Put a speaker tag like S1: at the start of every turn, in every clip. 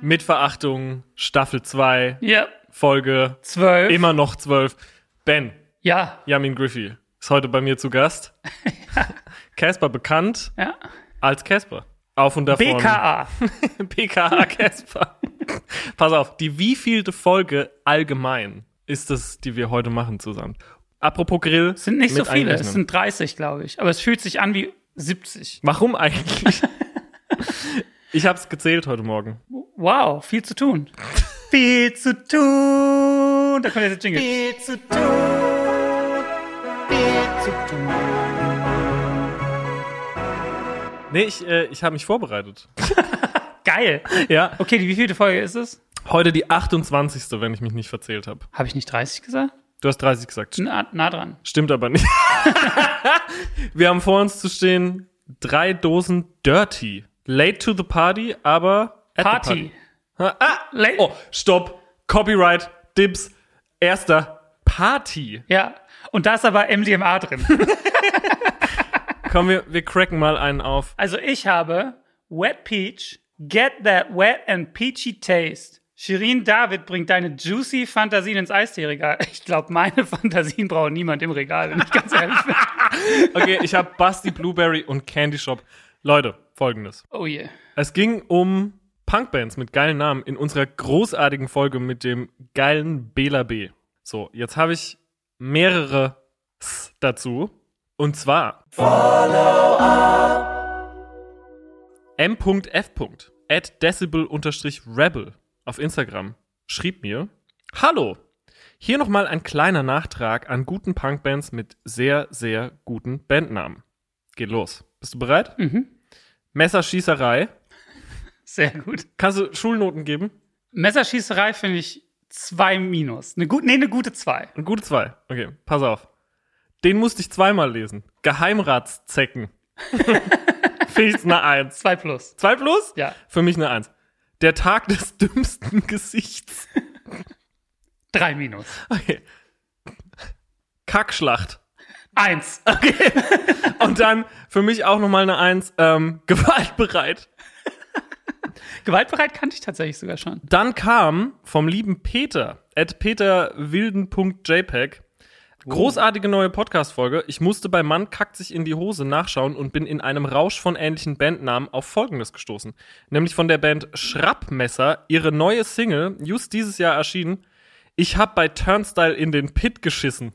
S1: mit Verachtung, Staffel 2,
S2: Ja,
S1: Folge
S2: zwölf.
S1: immer noch 12. Ben,
S2: Ja,
S1: Yamin Griffey, ist heute bei mir zu Gast. Casper bekannt
S2: ja.
S1: als Casper. Auf und davon.
S2: BKA. Ah,
S1: PKA Casper. Pass auf, die wievielte Folge allgemein ist das, die wir heute machen zusammen? Apropos Grill.
S2: Es sind nicht so
S1: mit
S2: viele, es
S1: einrechnen.
S2: sind 30, glaube ich. Aber es fühlt sich an wie 70.
S1: Warum eigentlich? ich hab's gezählt heute Morgen.
S2: Wow, viel zu tun. viel zu tun. Da kommt jetzt der Jingle.
S1: Viel zu tun. Viel zu tun. Nee, ich, äh, ich habe mich vorbereitet.
S2: Geil.
S1: Ja,
S2: Okay, die wievielte Folge ist es?
S1: heute die 28., wenn ich mich nicht verzählt habe.
S2: Habe ich nicht 30 gesagt?
S1: Du hast 30 gesagt.
S2: Na, nah dran.
S1: Stimmt aber nicht. Wir haben vor uns zu stehen drei Dosen Dirty. Late to the party, aber at
S2: Party.
S1: The party. Ah,
S2: Late-
S1: oh, stopp. Copyright, Dips, erster Party.
S2: Ja. Und da ist aber MDMA drin.
S1: Komm, wir, wir cracken mal einen auf.
S2: Also ich habe Wet Peach, Get That Wet and Peachy Taste. Shirin David bringt deine juicy Fantasien ins Eistee-Regal. Ich glaube, meine Fantasien braucht niemand im Regal, wenn ich ganz ehrlich bin.
S1: Okay, ich habe Basti Blueberry und Candy Shop. Leute, folgendes.
S2: Oh je. Yeah.
S1: Es ging um Punkbands mit geilen Namen in unserer großartigen Folge mit dem geilen Bela B. So, jetzt habe ich mehrere S dazu. Und zwar M.F. at decibel-rebel auf Instagram schrieb mir Hallo! Hier nochmal ein kleiner Nachtrag an guten Punkbands mit sehr, sehr guten Bandnamen. Geht los. Bist du bereit?
S2: Mhm.
S1: Messerschießerei.
S2: Sehr gut.
S1: Kannst du Schulnoten geben?
S2: Messerschießerei finde ich zwei Minus. Eine gut, nee, eine gute zwei.
S1: Eine gute zwei. Okay, pass auf. Den musste ich zweimal lesen. Geheimratszecken. Finde ich eine Eins.
S2: Zwei plus.
S1: Zwei plus?
S2: Ja.
S1: Für mich eine Eins. Der Tag des dümmsten Gesichts.
S2: Drei Minus.
S1: Okay. Kackschlacht.
S2: Eins.
S1: Und dann für mich auch nochmal eine Eins. Ähm, gewaltbereit.
S2: Gewaltbereit kannte ich tatsächlich sogar schon.
S1: Dann kam vom lieben Peter, at peterwilden.jpg,
S2: Oh.
S1: großartige neue Podcast-Folge. Ich musste bei Mann kackt sich in die Hose nachschauen und bin in einem Rausch von ähnlichen Bandnamen auf Folgendes gestoßen. Nämlich von der Band Schrappmesser, ihre neue Single, just dieses Jahr erschienen. Ich hab bei Turnstyle in den Pit geschissen.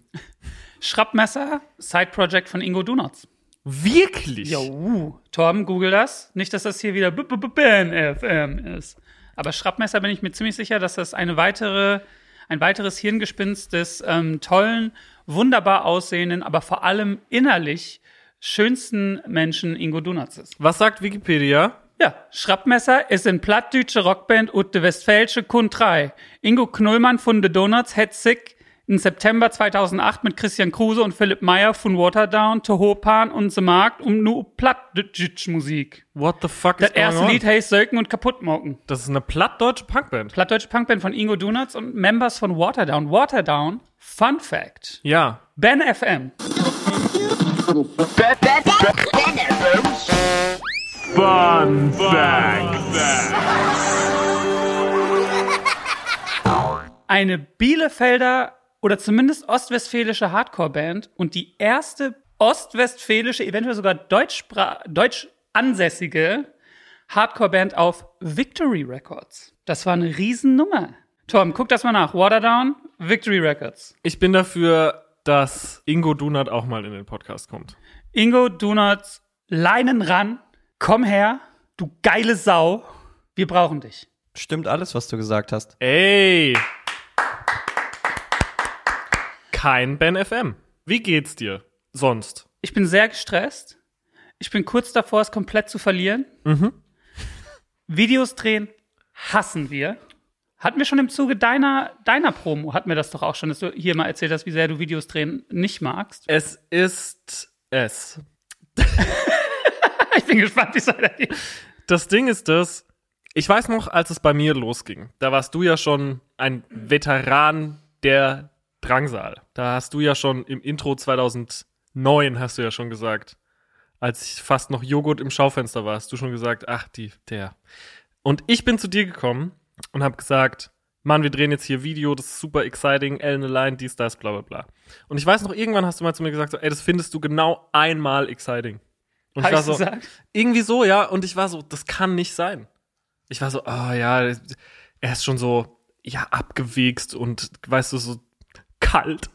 S2: Schrappmesser, Side-Project von Ingo Donuts.
S1: Wirklich?
S2: Jo, uh. Torben, google das. Nicht, dass das hier wieder B -B -B BNFM ist. Aber Schrappmesser bin ich mir ziemlich sicher, dass das eine weitere, ein weiteres Hirngespinst des ähm, tollen, wunderbar aussehenden, aber vor allem innerlich schönsten Menschen Ingo Donuts ist.
S1: Was sagt Wikipedia?
S2: Ja, Schrappmesser ist in plattdütsche Rockband ut de westfälsche Kuntrei. Ingo Knullmann von The Donuts hat sich im September 2008 mit Christian Kruse und Philipp Meyer von Waterdown, Tohopan und The Markt um nu plattdütsch Musik.
S1: What the fuck
S2: Das
S1: is going
S2: erste
S1: on?
S2: Lied heißt Söken und Kaputtmocken.
S1: Das ist eine plattdeutsche Punkband.
S2: Plattdeutsche Punkband von Ingo Donuts und Members von Waterdown. Waterdown, Fun Fact.
S1: Ja.
S2: Ben FM.
S3: Fun Fact.
S2: eine Bielefelder oder zumindest ostwestfälische Hardcore-Band und die erste ostwestfälische, eventuell sogar deutschspra- deutsch ansässige Hardcore-Band auf Victory Records. Das war eine Riesennummer. Tom, guck das mal nach. Waterdown, Victory Records.
S1: Ich bin dafür, dass Ingo Dunat auch mal in den Podcast kommt.
S2: Ingo, Donuts, Leinen ran, komm her, du geile Sau, wir brauchen dich.
S4: Stimmt alles, was du gesagt hast.
S1: Ey! Kein Ben FM. Wie geht's dir sonst?
S2: Ich bin sehr gestresst. Ich bin kurz davor, es komplett zu verlieren.
S1: Mhm.
S2: Videos drehen hassen wir. Hatten wir schon im Zuge deiner, deiner Promo, hatten wir das doch auch schon, dass du hier mal erzählt hast, wie sehr du Videos drehen nicht magst.
S1: Es ist es.
S2: Ich bin gespannt, wie es weitergeht.
S1: Das Ding ist das, ich weiß noch, als es bei mir losging, da warst du ja schon ein Veteran der Drangsal. Da hast du ja schon im Intro 2009, hast du ja schon gesagt, als ich fast noch Joghurt im Schaufenster war, hast du schon gesagt, ach, die, der. Und ich bin zu dir gekommen und habe gesagt, Mann, wir drehen jetzt hier Video, das ist super exciting, Ellen Allein, dies, das, bla bla bla. Und ich weiß noch, irgendwann hast du mal zu mir gesagt, so, ey, das findest du genau einmal exciting. Und
S2: Hab
S1: ich war
S2: ich's
S1: so,
S2: gesagt?
S1: irgendwie so, ja. Und ich war so, das kann nicht sein. Ich war so, ah ja, er ist schon so, ja, abgewichst und, weißt du, so kalt.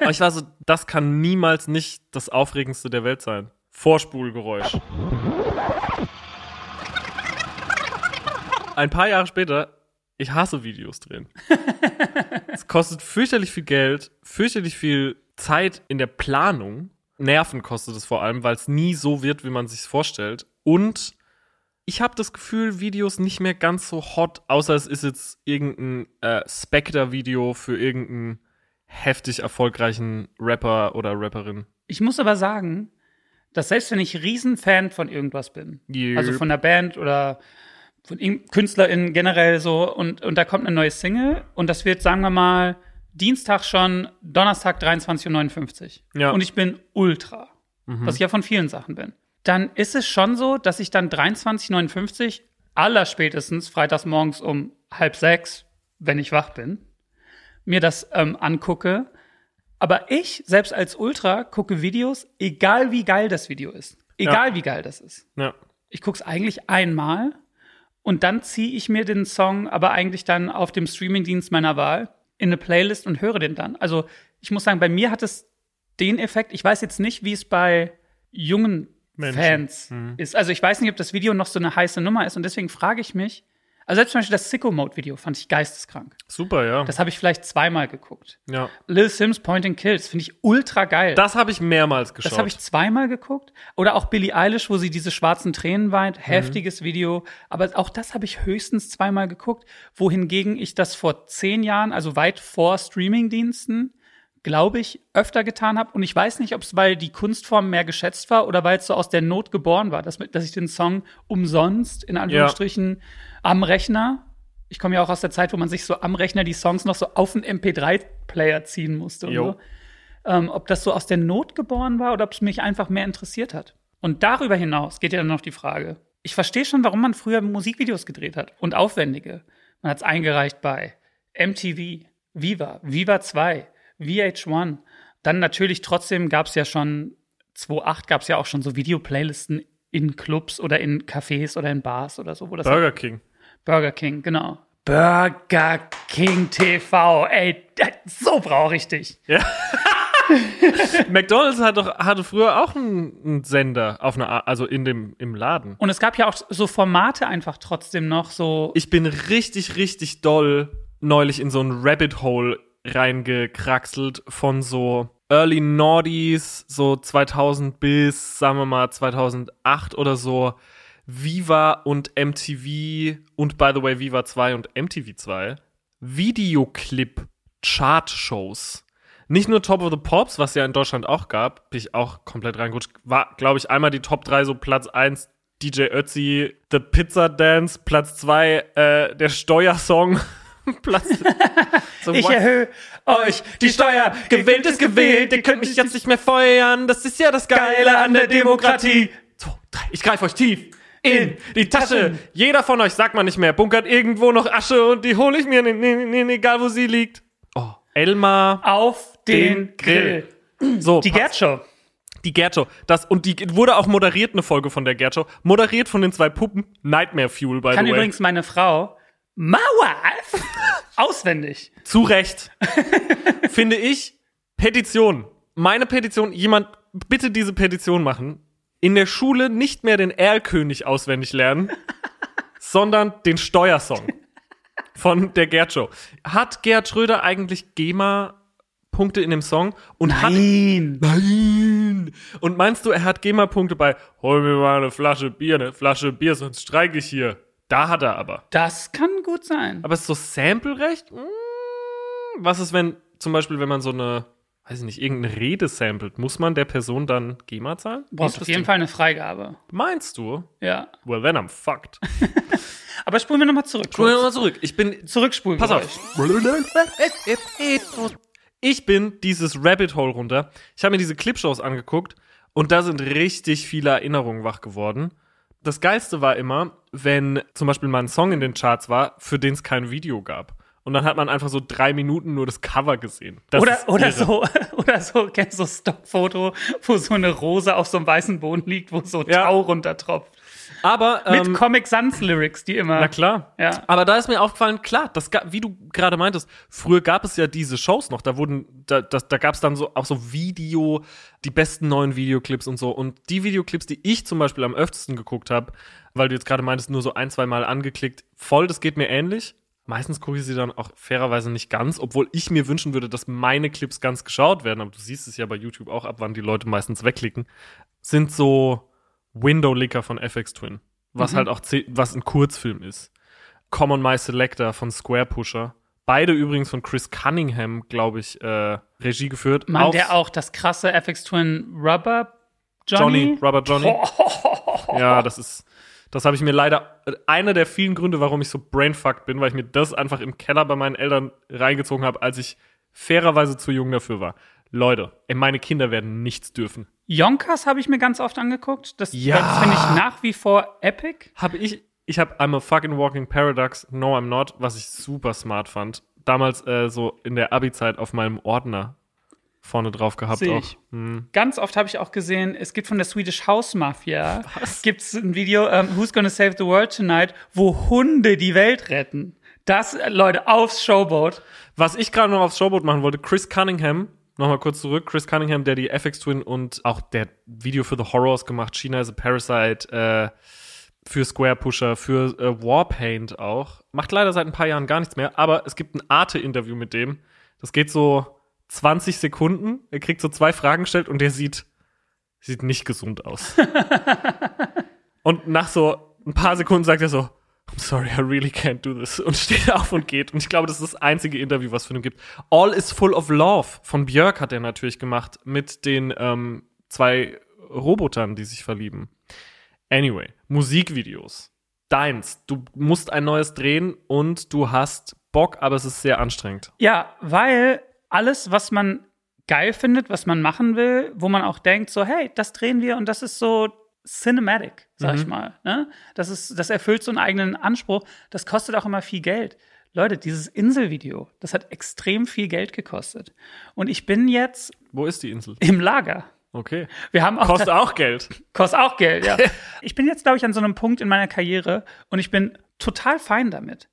S1: Aber ich war so, das kann niemals nicht das Aufregendste der Welt sein. Vorspulgeräusch. Ein paar Jahre später, ich hasse Videos drehen. es kostet fürchterlich viel Geld, fürchterlich viel Zeit in der Planung. Nerven kostet es vor allem, weil es nie so wird, wie man sich vorstellt. Und ich habe das Gefühl, Videos nicht mehr ganz so hot, außer es ist jetzt irgendein äh, Spectre-Video für irgendeinen heftig erfolgreichen Rapper oder Rapperin.
S2: Ich muss aber sagen, dass selbst wenn ich Riesenfan von irgendwas bin,
S1: Yep.
S2: also von einer Band oder von irgendeinem KünstlerInnen generell so, und, und da kommt eine neue Single und das wird, sagen wir mal, Dienstag schon, Donnerstag 23.59 Uhr.
S1: Ja.
S2: Und ich bin ultra, was ich ja von vielen Sachen bin. Dann ist es schon so, dass ich dann 23.59 Uhr allerspätestens freitags morgens um halb sechs, wenn ich wach bin, mir das ähm, angucke. Aber ich, selbst als Ultra, gucke Videos, egal wie geil das Video ist. Egal wie geil das ist.
S1: Ja.
S2: Ich gucke es eigentlich einmal und dann ziehe ich mir den Song aber eigentlich dann auf dem Streamingdienst meiner Wahl in eine Playlist und höre den dann. Also ich muss sagen, bei mir hat es den Effekt, ich weiß jetzt nicht, wie es bei jungen
S1: Menschen. Mhm.
S2: Fans ist. Also ich weiß nicht, ob das Video noch so eine heiße Nummer ist und deswegen frage ich mich, also selbst zum Beispiel das Sicko-Mode-Video fand ich geisteskrank.
S1: Super, ja.
S2: Das habe ich vielleicht zweimal geguckt.
S1: ja.
S2: Lil Sims Point and Kills finde ich ultra geil.
S1: Das habe ich mehrmals geschaut.
S2: Das habe ich zweimal geguckt. Oder auch Billie Eilish, wo sie diese schwarzen Tränen weint.
S1: Mhm.
S2: Heftiges Video. Aber auch das habe ich höchstens zweimal geguckt. Wohingegen ich das vor zehn Jahren, also weit vor Streamingdiensten, glaube ich, öfter getan habe. Und ich weiß nicht, ob es weil die Kunstform mehr geschätzt war oder weil es so aus der Not geboren war, dass, dass ich den Song umsonst, in Anführungsstrichen, am Rechner. Ich komme ja auch aus der Zeit, wo man sich so am Rechner die Songs noch so auf den MP3-Player ziehen musste. Und
S1: Jo.
S2: so ähm, ob das so aus der Not geboren war oder ob es mich einfach mehr interessiert hat. Und darüber hinaus geht ja dann noch die Frage. Ich verstehe schon, warum man früher Musikvideos gedreht hat und aufwendige. Man hat es eingereicht bei MTV, Viva, Viva 2, VH1. Dann natürlich trotzdem gab es ja schon 2008 gab es ja auch schon so Videoplaylisten in Clubs oder in Cafés oder in Bars oder so, wo das
S1: Burger King.
S2: Burger King, genau. Burger King TV, ey, so brauche ich dich.
S1: McDonalds hat doch, hatte früher auch einen, einen Sender auf einer, Art- also in dem, im Laden.
S2: Und es gab ja auch so Formate einfach trotzdem noch so.
S1: Ich bin richtig, richtig doll neulich in so ein Rabbit Hole reingekraxelt von so Early Noughties, so 2000 bis, sagen wir mal, 2008 oder so. Viva und MTV und by the way Viva 2 und MTV 2 Videoclip Chartshows. Nicht nur Top of the Pops, was ja in Deutschland auch gab, bin ich auch komplett reingerutscht. War, glaube ich, einmal die Top 3, so Platz 1 DJ Ötzi, The Pizza Dance, Platz 2 äh, der Steuersong, Platz so
S2: Ich
S1: what-
S2: erhöhe euch die Steuer, gewählt ist gewählt, ihr könnt mich jetzt
S1: nicht mehr feuern, das ist ja das
S2: Geile an der Demokratie.
S1: So, drei. Ich greife euch tief in
S2: In
S1: die Tasche.
S2: Taschen.
S1: Jeder von euch, sagt man nicht mehr, bunkert irgendwo noch Asche und die hole ich mir, in, in, in, egal wo sie liegt. Oh, Elmar.
S2: auf den Grill.
S1: So,
S2: Die
S1: Oh, passt.
S2: Gerd Show.
S1: Die Gerd Show. Das, und die wurde auch moderiert, eine Folge von der Gerd Show. Moderiert von den zwei Puppen. Nightmare Fuel, by
S2: Kann
S1: the way.
S2: übrigens meine Frau Mauer auswendig.
S1: Zu Recht. Finde ich, Petition. Meine Petition, jemand, bitte diese Petition machen. In der Schule nicht mehr den Erlkönig auswendig lernen, sondern den Steuersong von der Gerd Show. Hat Gerd Schröder eigentlich GEMA-Punkte in dem Song? Und hat
S2: Nein.
S1: Nein! Und meinst du, er hat GEMA-Punkte bei Hol mir mal eine Flasche Bier, eine Flasche Bier, sonst streike ich hier. Da hat er aber.
S2: Das kann gut sein.
S1: Aber ist so Samplerecht? Hm, Was ist, wenn zum Beispiel, wenn man so eine, weiß ich nicht, irgendeine Rede samplet, muss man der Person dann GEMA zahlen?
S2: Du brauchst auf jeden
S1: Interesting.
S2: Fall eine Freigabe.
S1: Meinst du?
S2: Ja.
S1: Well, then I'm fucked.
S2: Aber spulen wir nochmal zurück.
S1: Spulen wir mal zurück. Ich bin.
S2: Zurückspulen.
S1: Pass auf. Ich bin dieses Rabbit Hole runter. Ich habe mir diese Clipshows angeguckt und da sind richtig viele Erinnerungen wach geworden. das Geilste war immer, wenn zum Beispiel mal ein Song in den Charts war, für den es kein Video gab. Und dann hat man einfach so drei Minuten nur das Cover gesehen. Das
S2: Oder,
S1: ist
S2: oder
S1: irre.
S2: so, oder so, kennst du so Stockfoto, wo so eine Rose auf so einem weißen Boden liegt, wo so
S1: Ja.
S2: Tau runtertropft.
S1: Aber
S2: Mit
S1: ähm,
S2: Comic Sans Lyrics, die immer.
S1: na klar.
S2: Ja.
S1: Aber da ist mir aufgefallen, klar, das ga- wie du gerade meintest, früher gab es ja diese Shows noch, da wurden, da, da, da gab es dann so auch so Video, die besten neuen Videoclips und so. Und die Videoclips, die ich zum Beispiel am öftesten geguckt habe, weil du jetzt gerade meintest, nur so ein, zwei Mal angeklickt, voll, das geht mir ähnlich. Meistens gucke ich sie dann auch fairerweise nicht ganz, obwohl ich mir wünschen würde, dass meine Clips ganz geschaut werden. Aber du siehst es ja bei YouTube auch ab, wann die Leute meistens wegklicken. Sind so Window-Licker von FX Twin. Was halt auch, zäh- was ein Kurzfilm ist. Common My Selector von Square Pusher. Beide übrigens von Chris Cunningham, glaube ich, äh, Regie geführt.
S2: Mann,
S1: Auch
S2: der auch das krasse FX Twin Rubber Johnny.
S1: Johnny, Rubber Johnny. Ja, das ist, das habe ich mir leider, äh, einer der vielen Gründe, warum ich so brainfucked bin, weil ich mir das einfach im Keller bei meinen Eltern reingezogen habe, als ich fairerweise zu jung dafür war. Leute, ey, meine Kinder werden nichts dürfen.
S2: Yonkas habe ich mir ganz oft angeguckt. Das,
S1: Ja.
S2: das finde ich nach wie vor epic.
S1: Habe ich, ich habe I'm a fucking walking paradox, no I'm not, was ich super smart fand. Damals äh, so in der Abi-Zeit auf meinem Ordner vorne drauf gehabt
S2: Seh
S1: auch.
S2: ich.
S1: Hm.
S2: Ganz oft habe ich auch gesehen, es gibt von der Swedish House Mafia gibt's ein Video ähm, Who's Gonna Save the World Tonight, wo Hunde die Welt retten. Das äh, Leute aufs Showboat.
S1: Was ich gerade noch aufs Showboot machen wollte, Chris Cunningham, nochmal kurz zurück, Chris Cunningham, der die FX Twin und auch der Video für The Horrors gemacht, China is a Parasite, äh, für Square Pusher, für äh, Warpaint auch. Macht leider seit ein paar Jahren gar nichts mehr, aber es gibt ein Arte-Interview mit dem. Das geht so 20 Sekunden. Er kriegt so zwei Fragen gestellt und der sieht, sieht nicht gesund aus. und nach so ein paar Sekunden sagt er so, I'm sorry, I really can't do this. Und steht auf und geht. Und ich glaube, das ist das einzige Interview, was von ihm gibt. All is Full of Love von Björk hat er natürlich gemacht mit den ähm, zwei Robotern, die sich verlieben. Anyway, Musikvideos. Deins. Du musst ein neues drehen und du hast Bock, aber es ist sehr anstrengend.
S2: Ja, weil alles, was man geil findet, was man machen will, wo man auch denkt, so hey, das drehen wir und das ist so cinematic, sag ich mal. Ne? Das ist, das erfüllt so einen eigenen Anspruch. Das kostet auch immer viel Geld. Leute, dieses Inselvideo, das hat extrem viel Geld gekostet. Und ich bin jetzt
S1: Wo ist die Insel?
S2: im Lager.
S1: Okay.
S2: Wir haben auch
S1: Kostet auch Geld.
S2: Kostet auch Geld, ja. ich bin jetzt, glaube ich, an so einem Punkt in meiner Karriere und ich bin total fein damit.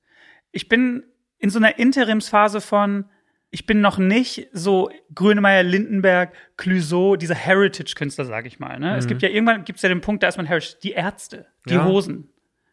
S2: Ich bin in so einer Interimsphase von, ich bin noch nicht so Grönemeyer, Lindenberg, Clouseau, diese Heritage-Künstler, sage ich mal. Ne? Es gibt ja irgendwann, gibt es ja den Punkt, da ist man Heritage. Die Ärzte, die
S1: Mhm. Ja.
S2: Hosen.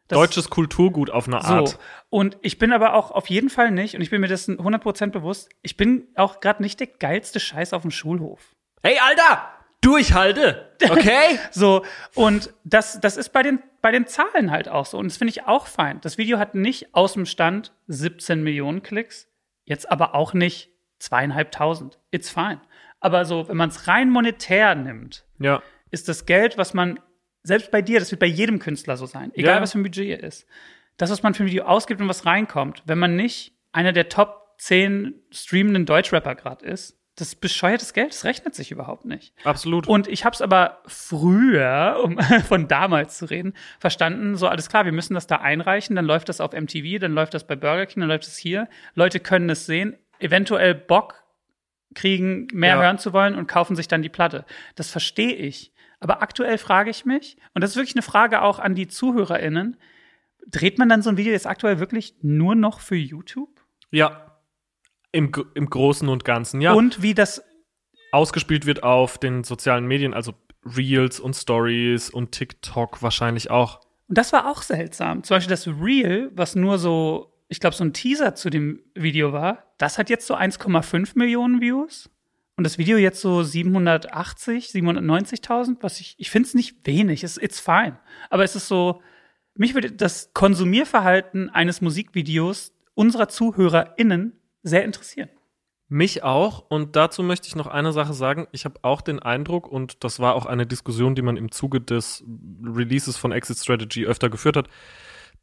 S2: Das-
S1: Deutsches Kulturgut auf eine Art.
S2: so. Und ich bin aber auch auf jeden Fall nicht, und ich bin mir dessen 100% bewusst, ich bin auch gerade nicht der geilste Scheiß auf dem Schulhof.
S1: Hey, Alter! Durchhalte! Okay?
S2: So, und das, das ist bei den, bei den Zahlen halt auch so. Und das finde ich auch fein. Das Video hat nicht aus dem Stand 17 Millionen Klicks, jetzt aber auch nicht zweieinhalbtausend. It's fine. Aber so, wenn man es rein monetär nimmt,
S1: ja.
S2: ist das Geld, was man, selbst bei dir, das wird bei jedem Künstler so sein, egal
S1: Ja.
S2: was für ein Budget ist, das, was man für ein Video ausgibt und was reinkommt, wenn man nicht einer der Top 10 streamenden Deutschrapper gerade ist, das ist bescheuertes Geld, das rechnet sich überhaupt nicht.
S1: Absolut.
S2: Und ich habe es aber früher, um von damals zu reden, verstanden, so alles klar, wir müssen das da einreichen, dann läuft das auf MTV, dann läuft das bei Burger King, dann läuft es hier. Leute können es sehen, eventuell Bock kriegen, mehr
S1: Ja.
S2: hören zu wollen und kaufen sich dann die Platte. Das verstehe ich. Aber aktuell frage ich mich, und das ist wirklich eine Frage auch an die ZuhörerInnen, dreht man dann so ein Video jetzt aktuell wirklich nur noch für YouTube?
S1: ja. Im, Gr- Im Großen und Ganzen, ja.
S2: Und wie das
S1: ausgespielt wird auf den sozialen Medien, also Reels und Stories und TikTok wahrscheinlich auch.
S2: Und das war auch seltsam. Zum Beispiel das Reel, was nur so, ich glaube, so ein Teaser zu dem Video war, das hat jetzt so 1,5 Millionen Views. Und das Video jetzt so 780, 790.000, was ich, ich finde es nicht wenig, es it's fine. Aber es ist so, mich würde das Konsumierverhalten eines Musikvideos unserer ZuhörerInnen sehr interessieren.
S1: Mich auch. Und dazu möchte ich noch eine Sache sagen. Ich habe auch den Eindruck, und das war auch eine Diskussion, die man im Zuge des Releases von Exit Strategy öfter geführt hat,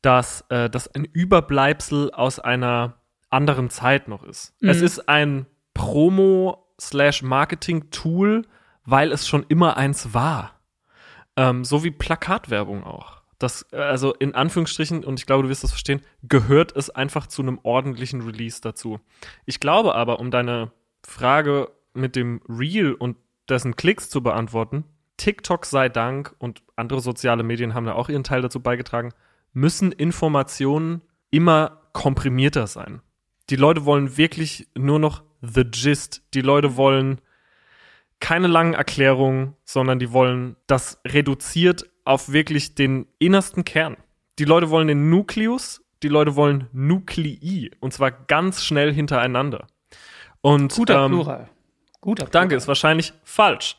S1: dass äh, das ein Überbleibsel aus einer anderen Zeit noch ist. Es ist ein Promo-slash-Marketing-Tool, weil es schon immer eins war. Ähm, so wie Plakatwerbung auch. Das, äh, also in Anführungsstrichen, und ich glaube, du wirst das verstehen, gehört es einfach zu einem ordentlichen Release dazu. Ich glaube aber, um deine Frage mit dem Reel und dessen Klicks zu beantworten, TikTok sei Dank und andere soziale Medien haben da auch ihren Teil dazu beigetragen, müssen Informationen immer komprimierter sein. Die Leute wollen wirklich nur noch the gist. Die Leute wollen keine langen Erklärungen, sondern die wollen das reduziert auf wirklich den innersten Kern. Die Leute wollen den Nukleus, die Leute wollen Nuklei und zwar ganz schnell hintereinander. Und
S2: Guter
S1: ähm,
S2: Plural. Guter Plural.
S1: Danke, ist wahrscheinlich falsch.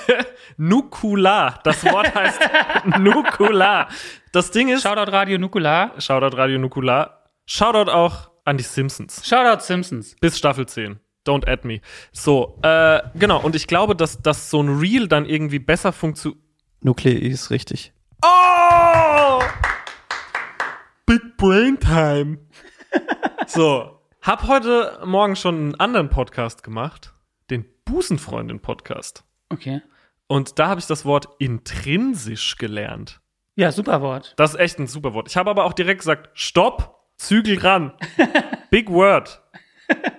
S1: Nukular, das Wort heißt Nukular. Das Ding ist,
S2: Shoutout Radio Nukular.
S1: Shoutout Radio Nukular. Shoutout auch an die Simpsons.
S2: Shoutout Simpsons.
S1: Bis Staffel 10. Don't add me. So, äh, genau. Und ich glaube, dass, dass so ein Reel dann irgendwie besser funktioniert.
S4: Nuklei ist richtig.
S1: Oh! Big Brain Time. so. Hab heute Morgen schon einen anderen Podcast gemacht. Den Busenfreundin Podcast.
S2: Okay.
S1: Und da habe ich das Wort intrinsisch gelernt.
S2: Ja, super Wort.
S1: Das ist echt ein super Wort. Ich habe aber auch direkt gesagt, stopp, Zügel ran. Big Word.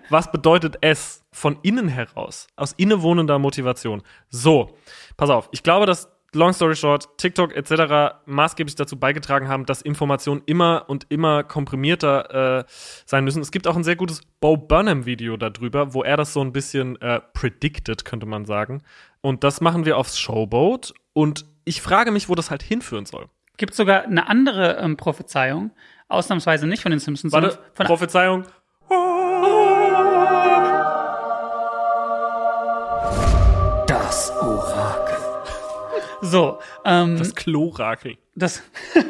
S1: Was bedeutet es? Von innen heraus, aus innewohnender Motivation. So, pass auf. Ich glaube, dass Long Story Short, TikTok etc. maßgeblich dazu beigetragen haben, dass Informationen immer und immer komprimierter äh, sein müssen. Es gibt auch ein sehr gutes Bo Burnham-Video darüber, wo er das so ein bisschen äh, predicted, könnte man sagen. Und das machen wir aufs Showboat. Und ich frage mich, wo das halt hinführen soll.
S2: Gibt sogar eine andere ähm, Prophezeiung. Ausnahmsweise nicht von den Simpsons,
S1: Warte,
S2: von Hm?
S1: Prophezeiung.
S2: das Orakel. So, ähm,
S1: Das Klorakel.
S2: das,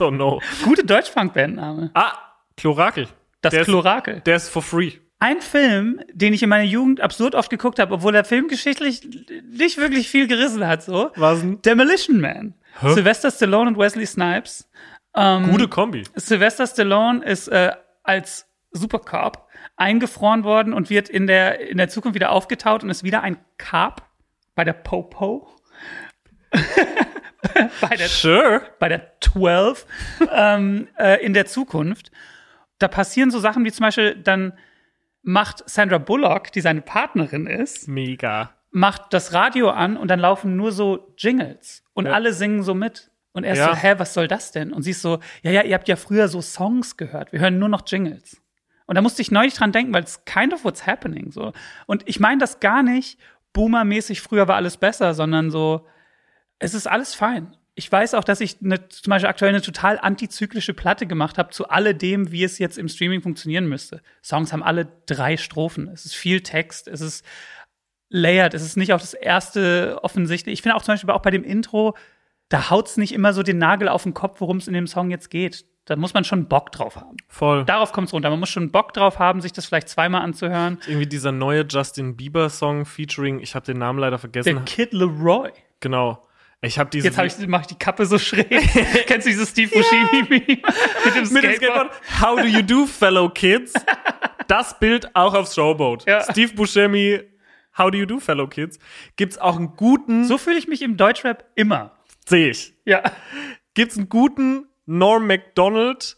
S1: Oh no.
S2: gute Deutschpunk-Bandname.
S1: Ah, Klorakel.
S2: Das
S1: der ist-
S2: Klorakel.
S1: Der ist for free.
S2: Ein Film, den ich in meiner Jugend absurd oft geguckt habe, obwohl er filmgeschichtlich nicht wirklich viel gerissen hat, so.
S1: Was denn?
S2: Demolition Man. Sylvester Stallone und Wesley Snipes. Mhm.
S1: Gute Kombi.
S2: Sylvester Stallone ist äh, als Supercarp eingefroren worden und wird in der, in der Zukunft wieder aufgetaut und ist wieder ein Carp bei der Popo. bei der
S1: Sure.
S2: bei der 12 ähm, äh, in der Zukunft. Da passieren so Sachen wie zum Beispiel, dann macht Sandra Bullock, die seine Partnerin ist,
S1: Mega.
S2: macht das Radio an und dann laufen nur so Jingles und
S1: Ja.
S2: alle singen so mit. Und er ist
S1: Ja.
S2: so, hä, was soll das denn? Und sie ist so, ja, ja, ihr habt ja früher so Songs gehört. Wir hören nur noch Jingles. Und da musste ich neulich dran denken, weil es kind of what's happening so. Und ich meine das gar nicht boomermäßig, früher war alles besser, sondern so, es ist alles fein. Ich weiß auch, dass ich eine, zum Beispiel aktuell eine total antizyklische Platte gemacht habe zu alledem, wie es jetzt im Streaming funktionieren müsste. Songs haben alle drei Strophen. Es ist viel Text, es ist layered, es ist nicht auf das erste offensichtlich. Ich finde auch zum Beispiel auch bei dem Intro, da haut's nicht immer so den Nagel auf den Kopf, worum es in dem Song jetzt geht. Da muss man schon Bock drauf haben.
S1: Voll.
S2: Darauf kommt's runter. Man muss schon Bock drauf haben, sich das vielleicht zweimal anzuhören.
S1: Irgendwie dieser neue Justin Bieber Song featuring, ich habe den Namen leider
S2: Der
S1: vergessen.
S2: Kid Leroy.
S1: genau. Ich habe diese
S2: Jetzt hab ich, mache ich die Kappe so schräg. Kennst du dieses Steve Buscemi-Meme? Mit dem Skateboard.
S1: mit dem Skateboard. How do you do, fellow kids? Das Bild auch aufs Showboat.
S2: Ja.
S1: Steve Buscemi, How do you do, fellow kids? Gibt's auch einen guten,
S2: So fühle ich mich im Deutschrap immer.
S1: sehe ich,
S2: Ja.
S1: gibt's einen guten Norm Macdonald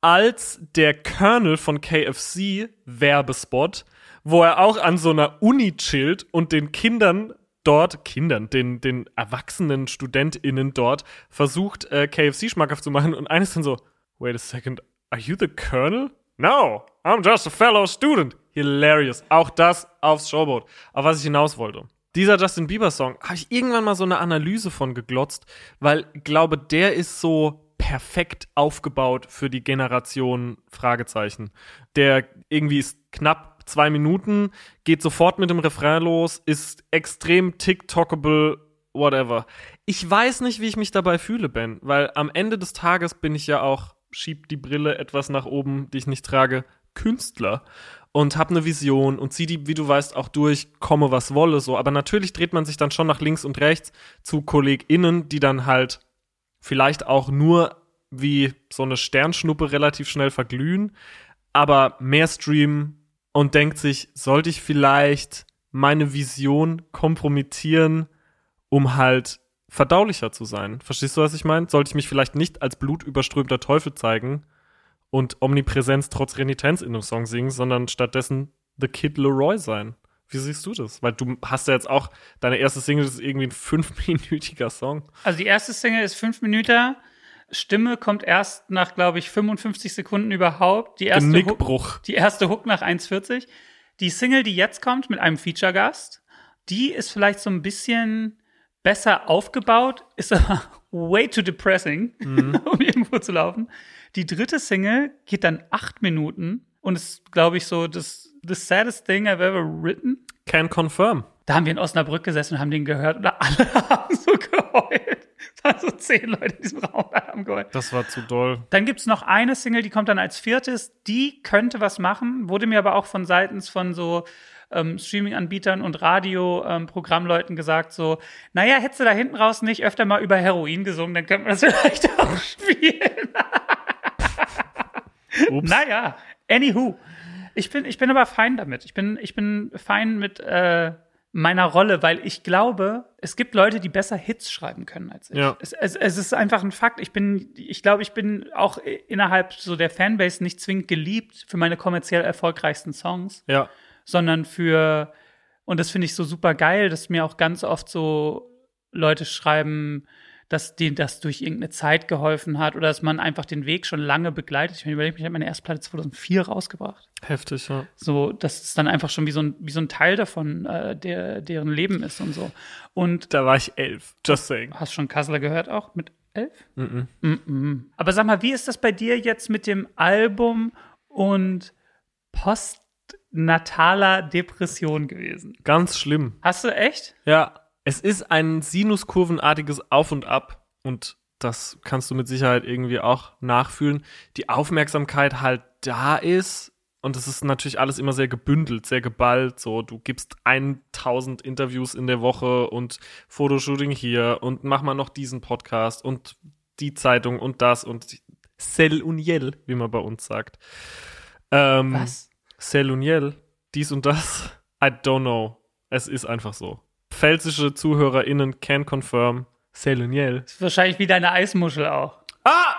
S1: als der Colonel von KFC Werbespot, wo er auch an so einer Uni chillt und den Kindern dort, Kindern, den, den erwachsenen StudentInnen dort versucht, äh, KFC schmackhaft zu machen und eines dann so, wait a second, are you the Colonel? No, I'm just a fellow student. Hilarious. Auch das aufs Showboat. Auf was ich hinaus wollte. Dieser Justin Bieber Song, habe ich irgendwann mal so eine Analyse von geglotzt, weil ich glaube, der ist so perfekt aufgebaut für die Generation Fragezeichen. Der irgendwie ist knapp zwei Minuten, geht sofort mit dem Refrain los, ist extrem TikTokable, whatever. Ich weiß nicht, wie ich mich dabei fühle, Ben, weil am Ende des Tages bin ich ja auch, schieb die Brille etwas nach oben, die ich nicht trage, Künstler und hab eine Vision und zieh die, wie du weißt, auch durch, komme was wolle, so. Aber natürlich dreht man sich dann schon nach links und rechts zu KollegInnen, die dann halt vielleicht auch nur wie so eine Sternschnuppe relativ schnell verglühen, aber mehr streamen und denkt sich, sollte ich vielleicht meine Vision kompromittieren, um halt verdaulicher zu sein. Verstehst du, was ich meine? Sollte ich mich vielleicht nicht als blutüberströmter Teufel zeigen und Omnipräsenz trotz Renitenz in einem Song singen, sondern stattdessen The Kid Leroy sein? Wie siehst du das? Weil du hast ja jetzt auch, deine erste Single ist irgendwie ein fünfminütiger Song.
S2: Also die erste Single ist fünf Minuten. Stimme kommt erst nach, glaube ich, 55 Sekunden überhaupt. Die erste Hook,
S1: Genickbruch.
S2: die erste Hook nach 1,40. Die Single, die jetzt kommt mit einem Feature-Gast, die ist vielleicht so ein bisschen besser aufgebaut, ist aber way too depressing, um irgendwo zu laufen. Die dritte Single geht dann acht Minuten und ist, glaube ich, so das the saddest thing I've ever written.
S1: Can confirm.
S2: Da haben wir in Osnabrück gesessen und haben den gehört und alle haben so geheult. Es waren so zehn Leute in diesem Raum, alle haben geheult.
S1: Das war zu doll.
S2: Dann gibt's noch eine Single, die kommt dann als viertes. Die könnte was machen, wurde mir aber auch von seitens von so ähm, Streaming-Anbietern und Radio-Programmleuten gesagt, so, naja, hättest du da hinten raus nicht öfter mal über Heroin gesungen, dann könnte man das vielleicht auch spielen.
S1: Ups.
S2: Naja, anywho. Ich bin, ich bin aber fein damit. Ich bin, ich bin fein mit äh, meiner Rolle, weil ich glaube, es gibt Leute, die besser Hits schreiben können als ich.
S1: Ja.
S2: Es, es, es ist einfach ein Fakt. Ich bin, ich glaube, ich bin auch innerhalb so der Fanbase nicht zwingend geliebt für meine kommerziell erfolgreichsten Songs
S1: Ja.
S2: sondern für, und das finde ich so super geil, dass mir auch ganz oft so Leute schreiben, dass denen das durch irgendeine Zeit geholfen hat oder dass man einfach den Weg schon lange begleitet. Ich meine, überleg mich, ich habe meine erste Platte 2004 rausgebracht.
S1: Heftig, ja.
S2: So, dass es dann einfach schon wie so ein, wie so ein Teil davon, äh, der, deren Leben ist und so. Und
S1: Da war ich elf. Just saying.
S2: hast schon Kassler gehört auch mit elf? Mhm. Aber sag mal, wie ist das bei dir jetzt mit dem Album und postnataler Depression gewesen?
S1: Ganz schlimm.
S2: Hast du echt?
S1: Ja, es ist ein sinuskurvenartiges Auf und Ab und das kannst du mit Sicherheit irgendwie auch nachfühlen. Die Aufmerksamkeit halt da ist und es ist natürlich alles immer sehr gebündelt, sehr geballt. So, du gibst 1000 Interviews in der Woche und Fotoshooting hier und mach mal noch diesen Podcast und die Zeitung und das und die- Sell und Yell, wie man bei uns sagt. Ähm,
S2: Was?
S1: Sel und Yell, dies und das. I don't know. Es ist einfach so. Pfälzische ZuhörerInnen can confirm. Sel und Yell.
S2: Ist wahrscheinlich wie deine Eismuschel auch. Ah!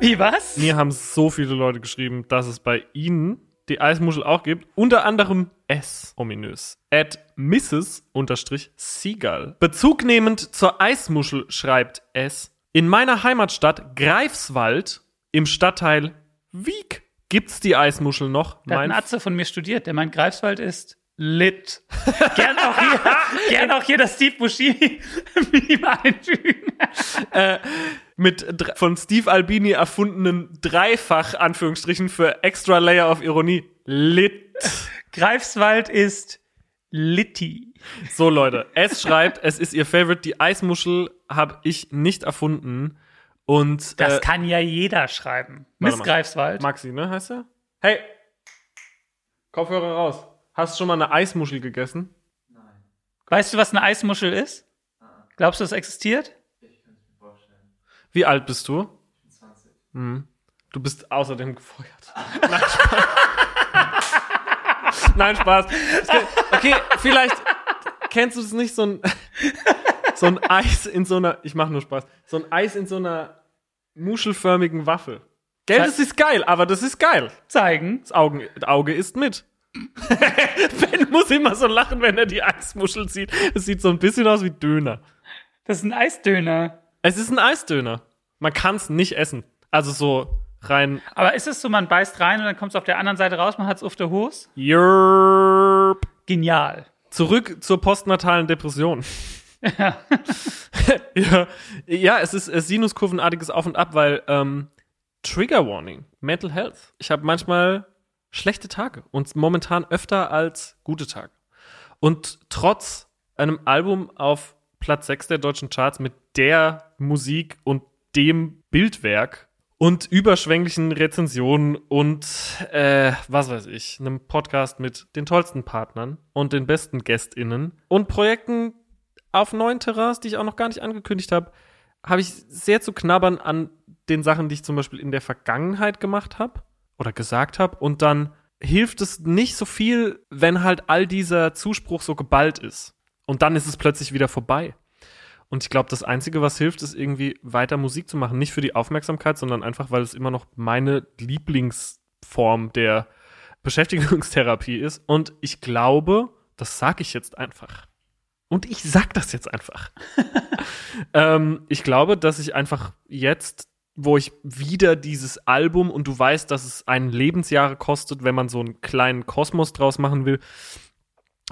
S2: Wie was?
S1: Mir haben so viele Leute geschrieben, dass es bei ihnen die Eismuschel auch gibt. Unter anderem S. Ominös. At Mrs. unterstrich Seagull. Bezugnehmend zur Eismuschel schreibt S. In meiner Heimatstadt Greifswald im Stadtteil Wiek gibt's die Eismuschel noch.
S2: Da hat ein Atze von mir studiert, der meint, Greifswald ist lit. Gern auch hier, gern auch hier das Steve Buscemi-Meme einfügen.
S1: mit dr- von Steve Albini erfundenen Dreifach Anführungsstrichen für extra Layer of Ironie. Lit.
S2: Greifswald ist litty.
S1: So Leute, es schreibt, es ist ihr Favorite. Die Eismuschel habe ich nicht erfunden und
S2: Das
S1: äh,
S2: kann halt- ja jeder schreiben. Miss
S1: mal.
S2: Greifswald.
S1: Maxi, ne, heißt er? Hey, Kopfhörer raus. Hast du schon mal eine Eismuschel gegessen?
S2: Weißt du, was eine Eismuschel ist? Glaubst du, es existiert?
S1: Wie alt bist du? 20. Hm. Du bist außerdem gefeuert. Nein, Spaß. Nein, Spaß. Okay, vielleicht kennst du es nicht, so ein, so ein Eis in so einer, ich mache nur Spaß, so ein Eis in so einer muschelförmigen Waffe. Gell, das ist geil, aber das ist geil.
S2: Zeigen.
S1: Das Augen, Auge ist mit. ben muss immer so lachen, wenn er die Eismuschel sieht. Es sieht so ein bisschen aus wie Döner.
S2: Das ist ein Eisdöner.
S1: Es ist ein Eisdöner. Man kann es nicht essen. Also so rein.
S2: Aber ist es so, man beißt rein und dann kommt es auf der anderen Seite raus, man hat es auf der Hose?
S1: Yerp.
S2: Genial.
S1: Zurück zur postnatalen Depression. ja. ja, es ist äh, sinuskurvenartiges Auf und Ab, weil ähm, Trigger Warning, Mental Health. Ich habe manchmal schlechte Tage und momentan öfter als gute Tage. Und trotz einem Album auf Platz 6 der deutschen Charts mit der Musik und dem Bildwerk und überschwänglichen Rezensionen und äh, was weiß ich, einem Podcast mit den tollsten Partnern und den besten GästInnen und Projekten auf neuen Terrains, die ich auch noch gar nicht angekündigt habe, habe ich sehr zu knabbern an den Sachen, die ich zum Beispiel in der Vergangenheit gemacht habe oder gesagt habe. Und dann hilft es nicht so viel, wenn halt all dieser Zuspruch so geballt ist. Und dann ist es plötzlich wieder vorbei. Und ich glaube, das Einzige, was hilft, ist irgendwie weiter Musik zu machen. Nicht für die Aufmerksamkeit, sondern einfach, weil es immer noch meine Lieblingsform der Beschäftigungstherapie ist. Und ich glaube, das sage ich jetzt einfach. Und ich sag das jetzt einfach. ähm, ich glaube, dass ich einfach jetzt, wo ich wieder dieses Album und du weißt, dass es einen Lebensjahre kostet, wenn man so einen kleinen Kosmos draus machen will,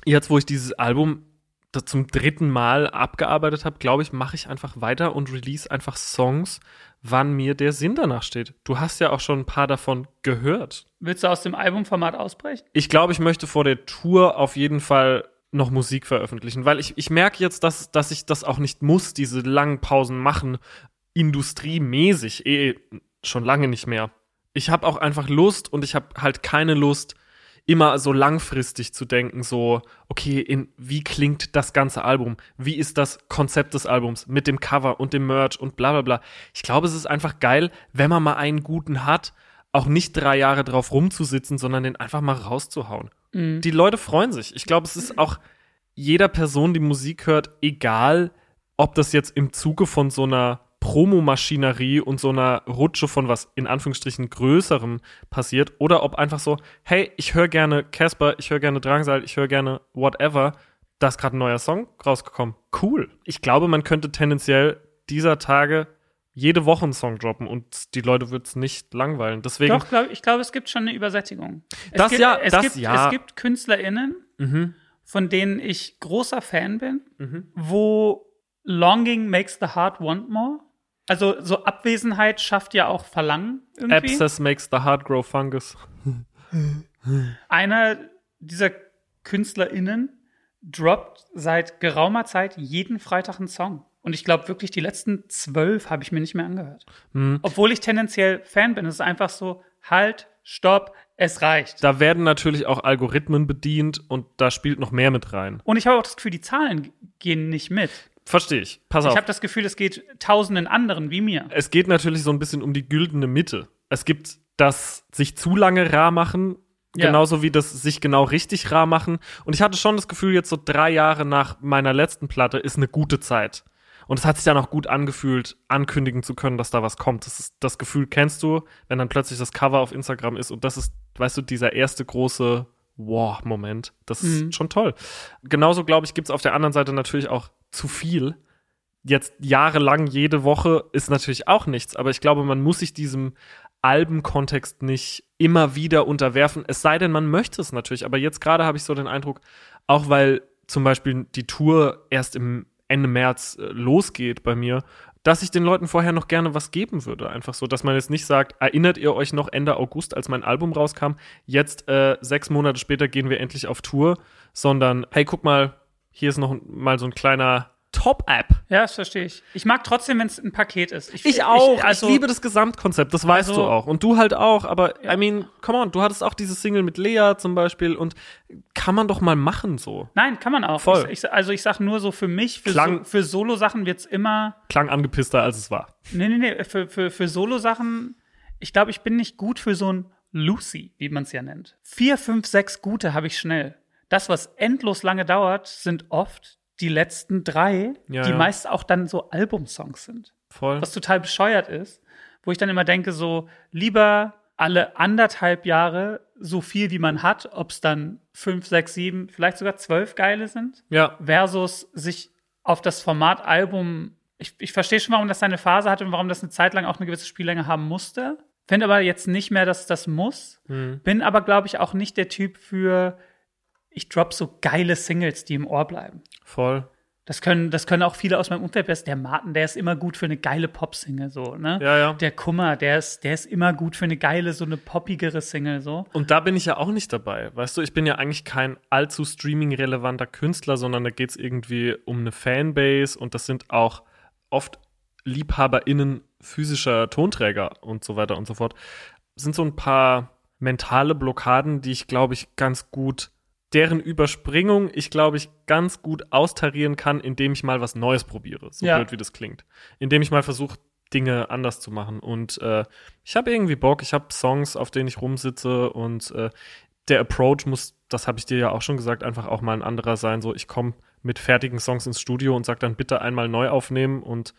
S1: jetzt, wo ich dieses Album das zum dritten Mal abgearbeitet habe, glaube ich, mache ich einfach weiter und release einfach Songs, wann mir der Sinn danach steht. Du hast ja auch schon ein paar davon gehört.
S2: Willst du aus dem Albumformat ausbrechen?
S1: Ich glaube, ich möchte vor der Tour auf jeden Fall noch Musik veröffentlichen, weil ich, ich merke jetzt, dass, dass ich das auch nicht muss, diese langen Pausen machen, industriemäßig, eh schon lange nicht mehr. Ich habe auch einfach Lust und ich habe halt keine Lust, immer so langfristig zu denken, so, okay, in, wie klingt das ganze Album? Wie ist das Konzept des Albums mit dem Cover und dem Merch und bla bla bla. Ich glaube, es ist einfach geil, wenn man mal einen guten hat, auch nicht drei Jahre drauf rumzusitzen, sondern den einfach mal rauszuhauen.
S2: Mhm.
S1: Die Leute freuen sich. Ich glaube, es ist auch jeder Person, die Musik hört, egal, ob das jetzt im Zuge von so einer Promomaschinerie und so einer Rutsche von was in Anführungsstrichen Größerem passiert oder ob einfach so, hey, ich höre gerne Casper, ich höre gerne Drangsal, ich höre gerne whatever, da ist gerade ein neuer Song rausgekommen. Cool. Ich glaube, man könnte tendenziell dieser Tage jede Woche einen Song droppen und die Leute würden es nicht langweilen. Deswegen,
S2: Doch, glaub, ich glaube, es gibt schon eine Übersättigung. Es
S1: Das
S2: gibt,
S1: ja,
S2: es
S1: das
S2: gibt,
S1: ja.
S2: Es gibt KünstlerInnen,
S1: Mhm.
S2: von denen ich großer Fan bin,
S1: Mhm.
S2: wo Longing makes the heart want more. Also so Abwesenheit schafft ja auch Verlangen irgendwie.
S1: Abscess makes the heart grow fungus.
S2: Einer dieser KünstlerInnen droppt seit geraumer Zeit jeden Freitag einen Song. Und ich glaube wirklich, die letzten zwölf habe ich mir nicht mehr angehört.
S1: Mhm.
S2: Obwohl ich tendenziell Fan bin. Es ist einfach so, halt, stopp, es reicht.
S1: Da werden natürlich auch Algorithmen bedient und da spielt noch mehr mit rein.
S2: Und ich habe auch das Gefühl, die Zahlen g- gehen nicht mit.
S1: Verstehe ich. Pass
S2: Ich
S1: auf.
S2: habe das Gefühl, es geht tausenden anderen wie mir.
S1: es geht natürlich so ein bisschen um die güldene Mitte. Es gibt das sich zu lange rar machen,
S2: Ja.
S1: genauso wie das sich genau richtig rar machen. Und ich hatte schon das Gefühl, jetzt so drei Jahre nach meiner letzten Platte ist eine gute Zeit. Und es hat sich dann auch gut angefühlt, ankündigen zu können, dass da was kommt. Das, ist, das Gefühl kennst du, wenn dann plötzlich das Cover auf Instagram ist und das ist, weißt du, dieser erste große Wow-Moment. Das ist
S2: Mhm.
S1: schon toll. Genauso, glaube ich, gibt es auf der anderen Seite natürlich auch zu viel jetzt jahrelang jede Woche ist natürlich auch nichts, aber ich glaube, man muss sich diesem Albenkontext nicht immer wieder unterwerfen, es sei denn, man möchte es natürlich. Aber jetzt gerade habe ich so den Eindruck, auch weil zum Beispiel die Tour erst im Ende März äh, losgeht bei mir, dass ich den Leuten vorher noch gerne was geben würde. Einfach so, dass man jetzt nicht sagt, erinnert ihr euch noch Ende August, als mein Album rauskam, jetzt äh, sechs Monate später gehen wir endlich auf Tour, sondern hey, guck mal, hier ist noch ein- mal so ein kleiner Top-App.
S2: Ja, das verstehe ich. Ich mag trotzdem, wenn es ein Paket ist.
S1: Ich auch. Ich, liebe das Gesamtkonzept, das weißt
S2: Also-
S1: du auch. Und du halt auch. Aber, I mean, come on, du hattest auch diese Single mit Lea zum Beispiel und kann man doch mal machen so.
S2: Nein, kann man auch.
S1: Voll.
S2: Ich, ich, also ich sag nur so für mich, für,
S1: Klang-
S2: so, für Solo-Sachen wird's immer.
S1: Klang angepisster, als es war.
S2: Nee, nee, nee, für, für, für Solo-Sachen, ich glaube, ich bin nicht gut für so ein Lucy, wie man es ja nennt. Vier, fünf, sechs gute habe ich schnell. Das, was endlos lange dauert, sind oft die letzten drei,
S1: Ja,
S2: die
S1: ja.
S2: meist auch dann so Albumsongs sind.
S1: Voll.
S2: Mhm. was total bescheuert ist, wo ich dann immer denke, so lieber alle anderthalb Jahre so viel wie man hat, ob es dann fünf, sechs, sieben, vielleicht sogar zwölf geile sind,
S1: Ja.
S2: versus sich auf das Format Album. Ich, ich verstehe schon, warum das seine Phase hatte und warum das eine Zeit lang auch eine gewisse Spiellänge haben musste. Finde aber jetzt nicht mehr, dass das muss. Bin aber, glaube ich, auch nicht der Typ für, ich drop so geile Singles, die im Ohr bleiben.
S1: Voll.
S2: Das können, das können auch viele aus meinem Umfeld. Der ist- Der Martin, der ist immer gut für eine geile Pop-Single, so, ne?
S1: Ja, ja.
S2: Der Kummer, der ist, der ist immer gut für eine geile, so eine poppigere Single, so.
S1: Und da bin ich ja auch nicht dabei. Weißt du, ich bin ja eigentlich kein allzu streaming-relevanter Künstler, sondern da geht es irgendwie um eine Fanbase und das sind auch oft LiebhaberInnen physischer Tonträger und so weiter und so fort. Sind so ein paar mentale Blockaden, die ich glaube ich ganz gut, deren Überspringung ich glaube ich ganz gut austarieren kann, indem ich mal was Neues probiere. So
S2: Ja.
S1: blöd wie das klingt. Indem ich mal versuche, Dinge anders zu machen. Und äh, ich habe irgendwie Bock, ich habe Songs, auf denen ich rumsitze und äh, der Approach muss, das habe ich dir ja auch schon gesagt, einfach auch mal ein anderer sein. So, ich komme mit fertigen Songs ins Studio und sage dann bitte einmal neu aufnehmen und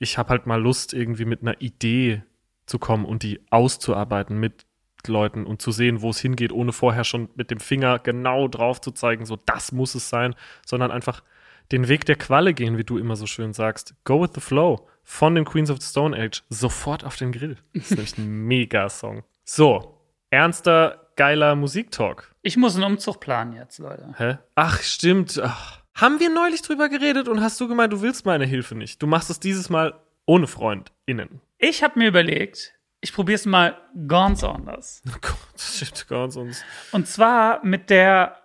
S1: ich habe halt mal Lust, irgendwie mit einer Idee zu kommen und die auszuarbeiten mit Leuten und zu sehen, wo es hingeht, ohne vorher schon mit dem Finger genau drauf zu zeigen, so das muss es sein, sondern einfach den Weg der Qualle gehen, wie du immer so schön sagst. Go with the flow von den Queens of the Stone Age sofort auf den Grill. Das ist nämlich ein Mega-Song. So, ernster, geiler Musiktalk.
S2: Ich muss einen Umzug planen jetzt, Leute.
S1: Hä? Ach, stimmt. Ach. Haben wir neulich drüber geredet und hast du gemeint, du willst meine Hilfe nicht. Du machst es dieses Mal ohne FreundInnen.
S2: Ich habe mir überlegt, ich probiere es mal ganz anders.
S1: Oh Gott, das stimmt gar nicht sonst.
S2: Und zwar mit der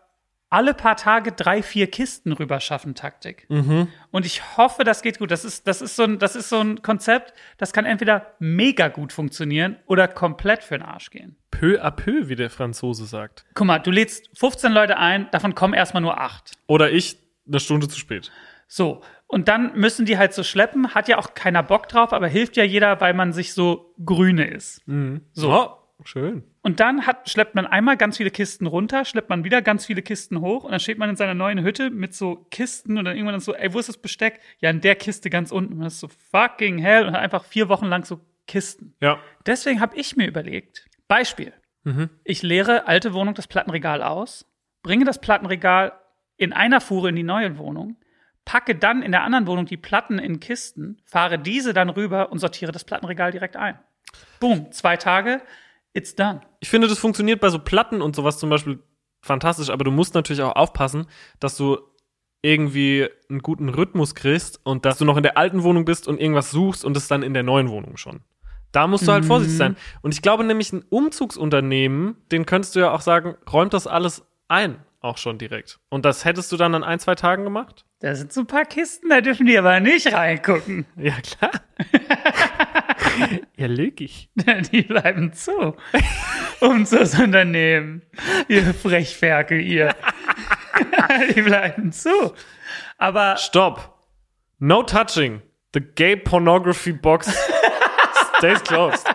S2: alle paar Tage drei, vier Kisten rüber schaffen Taktik. Und ich hoffe, das geht gut. Das ist, das, ist so ein, das ist so ein Konzept, das kann entweder mega gut funktionieren oder komplett für den Arsch gehen.
S1: Peu à peu, wie der Franzose sagt.
S2: Guck mal, du lädst 15 Leute ein, davon kommen erstmal nur acht.
S1: Oder ich eine Stunde zu spät.
S2: So. Und dann müssen die halt so schleppen, hat ja auch keiner Bock drauf, aber hilft ja jeder, weil man sich so grüne ist. So.
S1: Oh, schön.
S2: Und dann hat, schleppt man einmal ganz viele Kisten runter, schleppt man wieder ganz viele Kisten hoch und dann steht man in seiner neuen Hütte mit so Kisten und dann irgendwann dann so, ey, wo ist das Besteck? Ja, in der Kiste ganz unten. Und das ist so fucking hell und hat einfach vier Wochen lang so Kisten.
S1: Ja.
S2: Deswegen habe ich mir überlegt, Beispiel, ich leere alte Wohnung das Plattenregal aus, bringe das Plattenregal in einer Fuhre in die neue Wohnung, packe dann in der anderen Wohnung die Platten in Kisten, fahre diese dann rüber und sortiere das Plattenregal direkt ein. Boom, zwei Tage, it's done.
S1: Ich finde, das funktioniert bei so Platten und sowas zum Beispiel fantastisch, aber du musst natürlich auch aufpassen, dass du irgendwie einen guten Rhythmus kriegst und dass du noch in der alten Wohnung bist und irgendwas suchst und es dann in der neuen Wohnung schon. Da musst du halt vorsichtig sein. Und ich glaube nämlich, ein Umzugsunternehmen, den könntest du ja auch sagen, räumt das alles ein, auch schon direkt. Und das hättest du dann an ein, zwei Tagen gemacht?
S2: Da sind so ein paar Kisten, da dürfen die aber nicht reingucken.
S1: Ja, klar. ja, lügig.
S2: Die bleiben zu. um Umzugsunternehmen. Ihr Frechferkel, ihr. Die bleiben zu. Aber
S1: Stopp. No touching. The gay pornography box stays closed.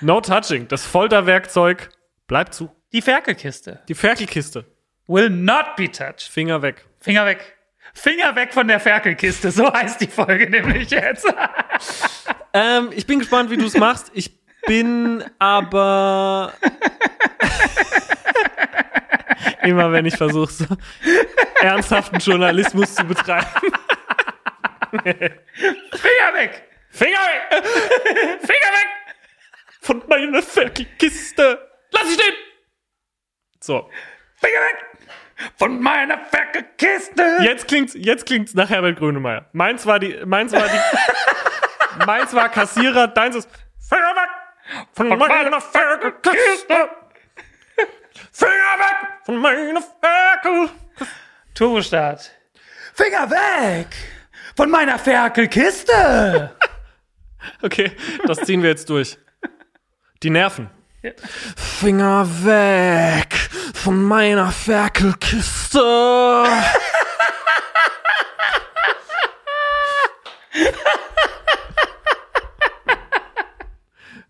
S1: No touching. Das Folterwerkzeug bleibt zu.
S2: die Ferkelkiste
S1: Die Ferkelkiste.
S2: will not be touched.
S1: Finger weg.
S2: Finger weg. Finger weg von der Ferkelkiste. So heißt die Folge nämlich jetzt.
S1: Ähm, ich bin gespannt, wie du es machst. Ich bin aber. Immer wenn ich versuche, so ernsthaften Journalismus zu betreiben.
S2: Finger weg.
S1: Finger weg! Finger weg! Von meiner Ferkelkiste! Lass sie stehen! So,
S2: Finger weg. Von meiner Ferkelkiste.
S1: jetzt klingt's, jetzt klingt's nach Herbert Grönemeyer. Meins war die, meins war die, meins war Kassierer, deins ist Finger weg! Von meiner Ferkelkiste! Finger weg! Von meiner Ferkel!
S2: Turbostart. Finger weg. Von meiner Ferkelkiste.
S1: Okay, das ziehen wir jetzt durch. Die Nerven. Finger weg von meiner Ferkelkiste.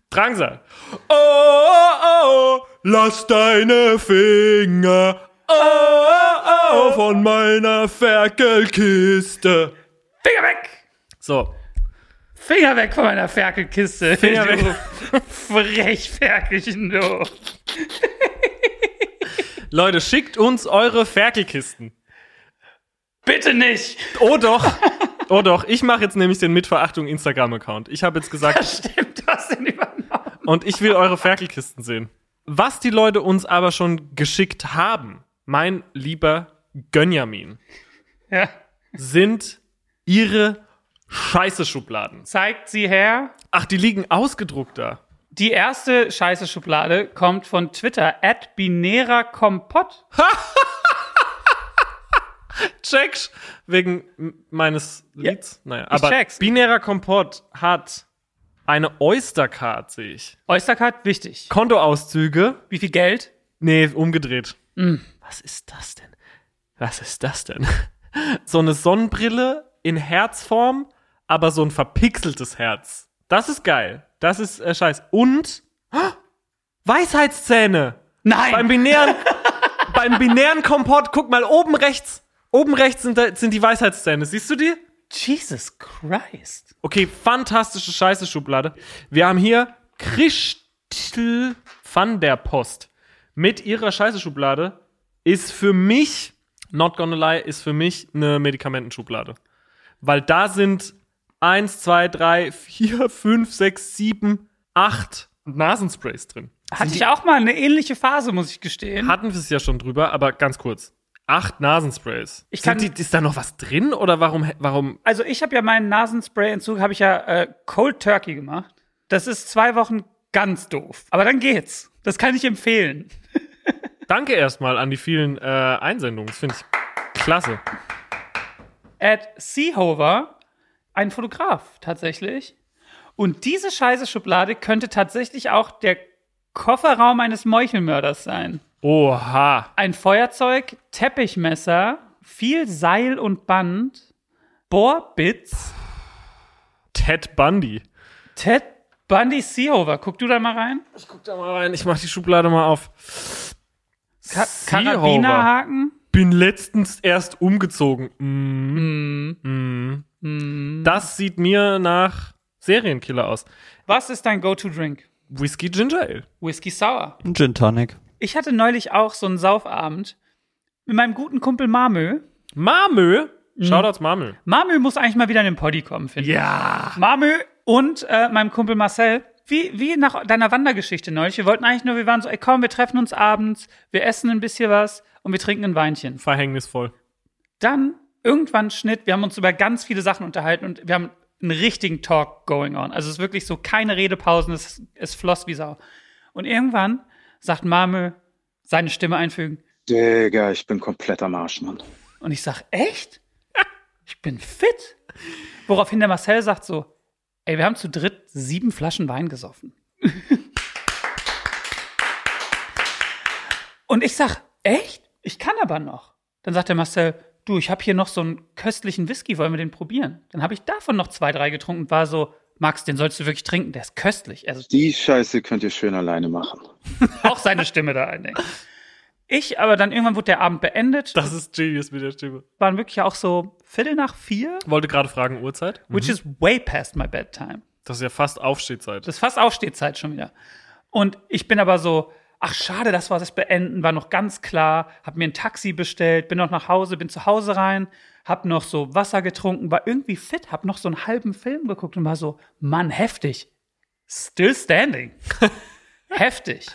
S1: Drangsal. Oh, oh, oh, lass deine Finger oh, oh, oh, von meiner Ferkelkiste.
S2: Finger weg.
S1: So,
S2: Finger weg von meiner Ferkelkiste.
S1: Finger
S2: du
S1: weg.
S2: Frechferkelchen, du.
S1: Leute, schickt uns eure Ferkelkisten.
S2: Bitte nicht.
S1: Oh doch. Oh doch, ich mache jetzt nämlich den Mitverachtung Instagram Account. Ich habe jetzt gesagt
S2: Stimmt, du hast den übernommen.
S1: und ich will eure Ferkelkisten sehen. Was die Leute uns aber schon geschickt haben, mein lieber Gönjamin,
S2: Ja.
S1: sind ihre scheiße Schubladen.
S2: Zeigt sie her.
S1: Ach, die liegen ausgedruckt da.
S2: Die erste scheiße Schublade kommt von Twitter, at binärer Kompott.
S1: Checkst wegen m- meines Lieds. naja, aber
S2: check's.
S1: binärer Kompott hat eine Oystercard, sehe ich.
S2: Oystercard, wichtig.
S1: Kontoauszüge
S2: Wie viel Geld?
S1: Nee, umgedreht. Was ist das denn? Was ist das denn? So eine Sonnenbrille in Herzform, aber so ein verpixeltes Herz. Das ist geil. Das ist äh, scheiß. Und oh, Weisheitszähne
S2: Nein.
S1: beim binären, beim binären Kompott, guck mal, oben rechts, oben rechts sind, da, sind die Weisheitszähne. Siehst du die?
S2: Jesus Christ.
S1: Okay, fantastische Scheiße-Schublade. Wir haben hier Christel van der Post mit ihrer Scheiße-Schublade. Ist für mich, not gonna lie, ist für mich eine Medikamentenschublade. Weil da sind 1, 2, 3, 4, 5, 6, 7, 8 Nasensprays drin.
S2: Hatte ich auch mal eine ähnliche Phase, muss ich gestehen.
S1: Hatten wir es ja schon drüber, aber ganz kurz. Acht Nasensprays.
S2: Ich
S1: Sind
S2: kann-
S1: die, ist da noch was drin oder warum, warum?
S2: Also ich habe ja meinen Nasenspray-Entzug, habe ich ja äh, Cold Turkey gemacht. Das ist zwei Wochen ganz doof. Aber dann geht's. Das kann ich empfehlen.
S1: Danke erstmal an die vielen äh, Einsendungen. Das finde ich klasse.
S2: Ed Seehofer, ein Fotograf tatsächlich. Und diese scheiße Schublade könnte tatsächlich auch der Kofferraum eines Meuchelmörders sein.
S1: Oha.
S2: Ein Feuerzeug, Teppichmesser, viel Seil und Band, Bohrbits,
S1: Ted Bundy.
S2: Ted Bundy Seehofer. Guck du da mal rein.
S1: Ich guck da mal rein. Ich mach die Schublade mal auf.
S2: Ka
S1: Seehofer.
S2: Karabinerhaken.
S1: Bin letztens erst umgezogen. Mm. Das sieht mir nach Serienkiller aus.
S2: Was ist dein Go-To-Drink?
S1: Whisky Ginger Ale.
S2: Whisky Sour.
S4: Ein Gin Tonic.
S2: Ich hatte neulich auch so einen Saufabend mit meinem guten Kumpel Marmö.
S1: Marmö. Shoutouts Marmö.
S2: Marmö muss eigentlich mal wieder in den Poddy kommen, finde ich.
S1: Ja.
S2: Marmö und äh, meinem Kumpel Marcel, wie, wie nach deiner Wandergeschichte neulich, wir wollten eigentlich nur, wir waren so, ey komm, wir treffen uns abends, wir essen ein bisschen was und wir trinken ein Weinchen.
S1: Verhängnisvoll.
S2: Dann irgendwann Schnitt, wir haben uns über ganz viele Sachen unterhalten und wir haben einen richtigen Talk going on. Also es ist wirklich so keine Redepausen, es, es floss wie Sau. Und irgendwann sagt Marmö, seine Stimme einfügen,
S5: Digga, ich bin komplett am Arsch, Mann.
S2: Und ich sag, echt? Ich bin fit. Woraufhin der Marcel sagt so, ey, wir haben zu dritt sieben Flaschen Wein gesoffen. Und ich sag, echt? Ich kann aber noch. Dann sagt der Marcel, du, ich habe hier noch so einen köstlichen Whisky, wollen wir den probieren? Dann habe ich davon noch zwei, drei getrunken und war so, Max, den sollst du wirklich trinken, der ist köstlich. Also
S5: Die Scheiße könnt ihr schön alleine machen.
S2: auch seine Stimme da ein. ey. Ich, aber dann irgendwann wurde der Abend beendet.
S1: Das ist genius mit der Stimme.
S2: waren wirklich ja auch so Viertel nach vier.
S1: Wollte gerade fragen, Uhrzeit?
S2: which is way past my bedtime.
S1: Das ist ja fast Aufstehzeit.
S2: Das ist fast Aufstehzeit schon wieder. Und ich bin aber so, ach schade, das war das Beenden, war noch ganz klar, hab mir ein Taxi bestellt, bin noch nach Hause, bin zu Hause rein, hab noch so Wasser getrunken, war irgendwie fit, hab noch so einen halben Film geguckt und war so, Mann, heftig. Still standing. heftig.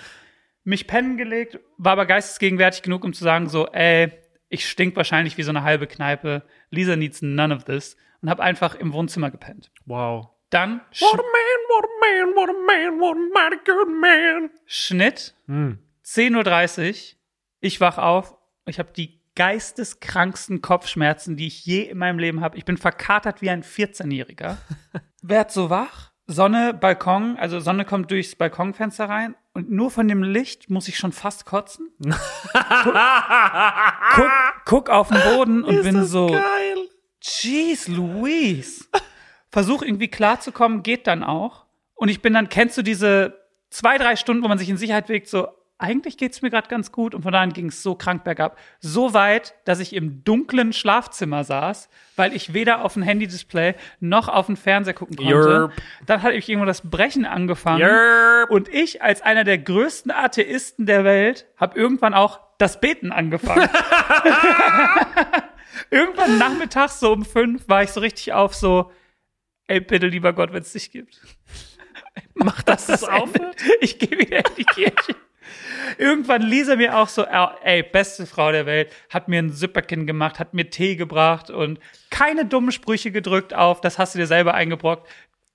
S2: Mich pennen gelegt, war aber geistesgegenwärtig genug, um zu sagen so, ey, ich stink wahrscheinlich wie so eine halbe Kneipe. Lisa needs none of this. Und hab einfach im Wohnzimmer gepennt.
S1: Wow.
S2: Dann
S1: What a man, what a man, what a man, what a mighty good man.
S2: Schnitt,
S1: Hm.
S2: 10.30 Uhr. Ich wach auf. Ich habe die geisteskranksten Kopfschmerzen, die ich je in meinem Leben habe. Ich bin verkatert wie ein 14-Jähriger. Werd so wach. Sonne, Balkon, also Sonne kommt durchs Balkonfenster rein und nur von dem Licht muss ich schon fast kotzen. guck, guck, guck auf den Boden und bin so,
S1: Geil.
S2: Jeez, Louise. Versuch irgendwie klarzukommen, geht dann auch. Und ich bin dann, kennst du diese zwei, drei Stunden, wo man sich in Sicherheit wägt, so, eigentlich geht's mir gerade ganz gut. Und von da an ging es so krank bergab. So weit, dass ich im dunklen Schlafzimmer saß, weil ich weder auf ein Handy-Display noch auf den Fernseher gucken konnte.
S1: Yerp.
S2: Dann hatte ich irgendwo das Brechen angefangen.
S1: Yerp.
S2: Und ich, als einer der größten Atheisten der Welt, habe irgendwann auch das Beten angefangen. irgendwann nachmittags, so um fünf, war ich so richtig auf so, ey, bitte, lieber Gott, wenn es dich gibt. Mach, dass das
S1: es
S2: aufhört. Ich gehe wieder in die Kirche. Irgendwann ließ er mir auch so, ey, beste Frau der Welt, hat mir ein Süpperkin gemacht, hat mir Tee gebracht und keine dummen Sprüche gedrückt auf, das hast du dir selber eingebrockt,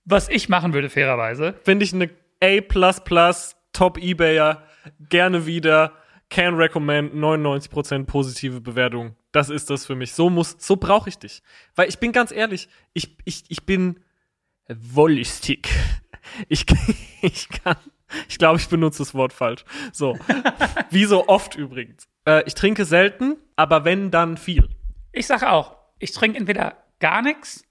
S2: was ich machen würde, fairerweise.
S1: Finde ich eine A++, Top Ebayer, gerne wieder, can recommend, 99% positive Bewertung. Das ist das für mich. So muss, so brauche ich dich. Weil ich bin ganz ehrlich, ich, ich, ich bin wollistik. Ich, ich kann, ich glaube, ich benutze das Wort falsch. So. Wie so oft übrigens. Äh, ich trinke selten, aber wenn, dann viel.
S2: Ich sage auch, ich trinke entweder gar nichts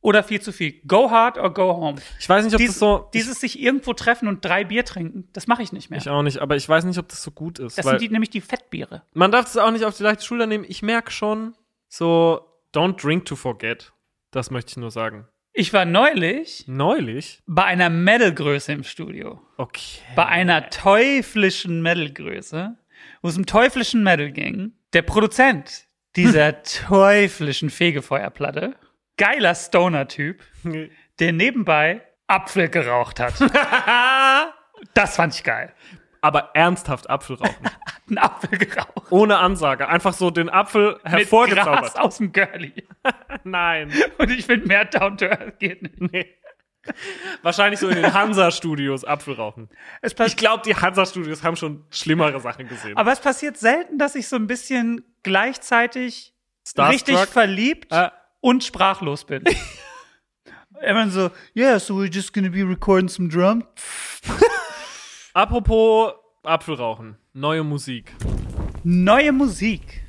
S2: oder viel zu viel. Go hard or go home.
S1: Ich weiß nicht, ob
S2: Dies,
S1: das so.
S2: dieses sich irgendwo treffen und drei Bier trinken, das mache ich nicht mehr.
S1: ich auch nicht, aber ich weiß nicht, ob das so gut ist.
S2: das
S1: weil
S2: sind die, nämlich die Fettbiere.
S1: man darf es auch nicht auf die leichte Schulter nehmen. Ich merke schon, so, don't drink to forget. Das möchte ich nur sagen.
S2: Ich war neulich
S1: Neulich?
S2: bei einer Metal-Größe im Studio.
S1: Okay.
S2: Bei einer teuflischen Metal-Größe, wo es um teuflischen Metal ging. Der Produzent dieser teuflischen Fegefeuerplatte, geiler Stoner-Typ, der nebenbei Apfel geraucht hat. das fand ich geil.
S1: aber ernsthaft Apfel rauchen.
S2: Ein Apfel geraucht.
S1: Ohne Ansage. Einfach so den Apfel
S2: Mit Gras
S1: hervorgezaubert.
S2: aus dem Girlie.
S1: Nein.
S2: Und ich bin mehr down to earth geht nicht.
S1: Nee. Wahrscheinlich so in den Hansa-Studios Apfel rauchen.
S2: Es
S1: Ich glaube, die Hansa-Studios haben schon schlimmere Sachen gesehen.
S2: Aber es passiert selten, dass ich so ein bisschen gleichzeitig richtig verliebt
S1: Ah.
S2: und sprachlos bin. Immer so, yeah, so we're just gonna be recording some drum.
S1: Apropos Apfelrauchen. Neue Musik.
S2: Neue Musik.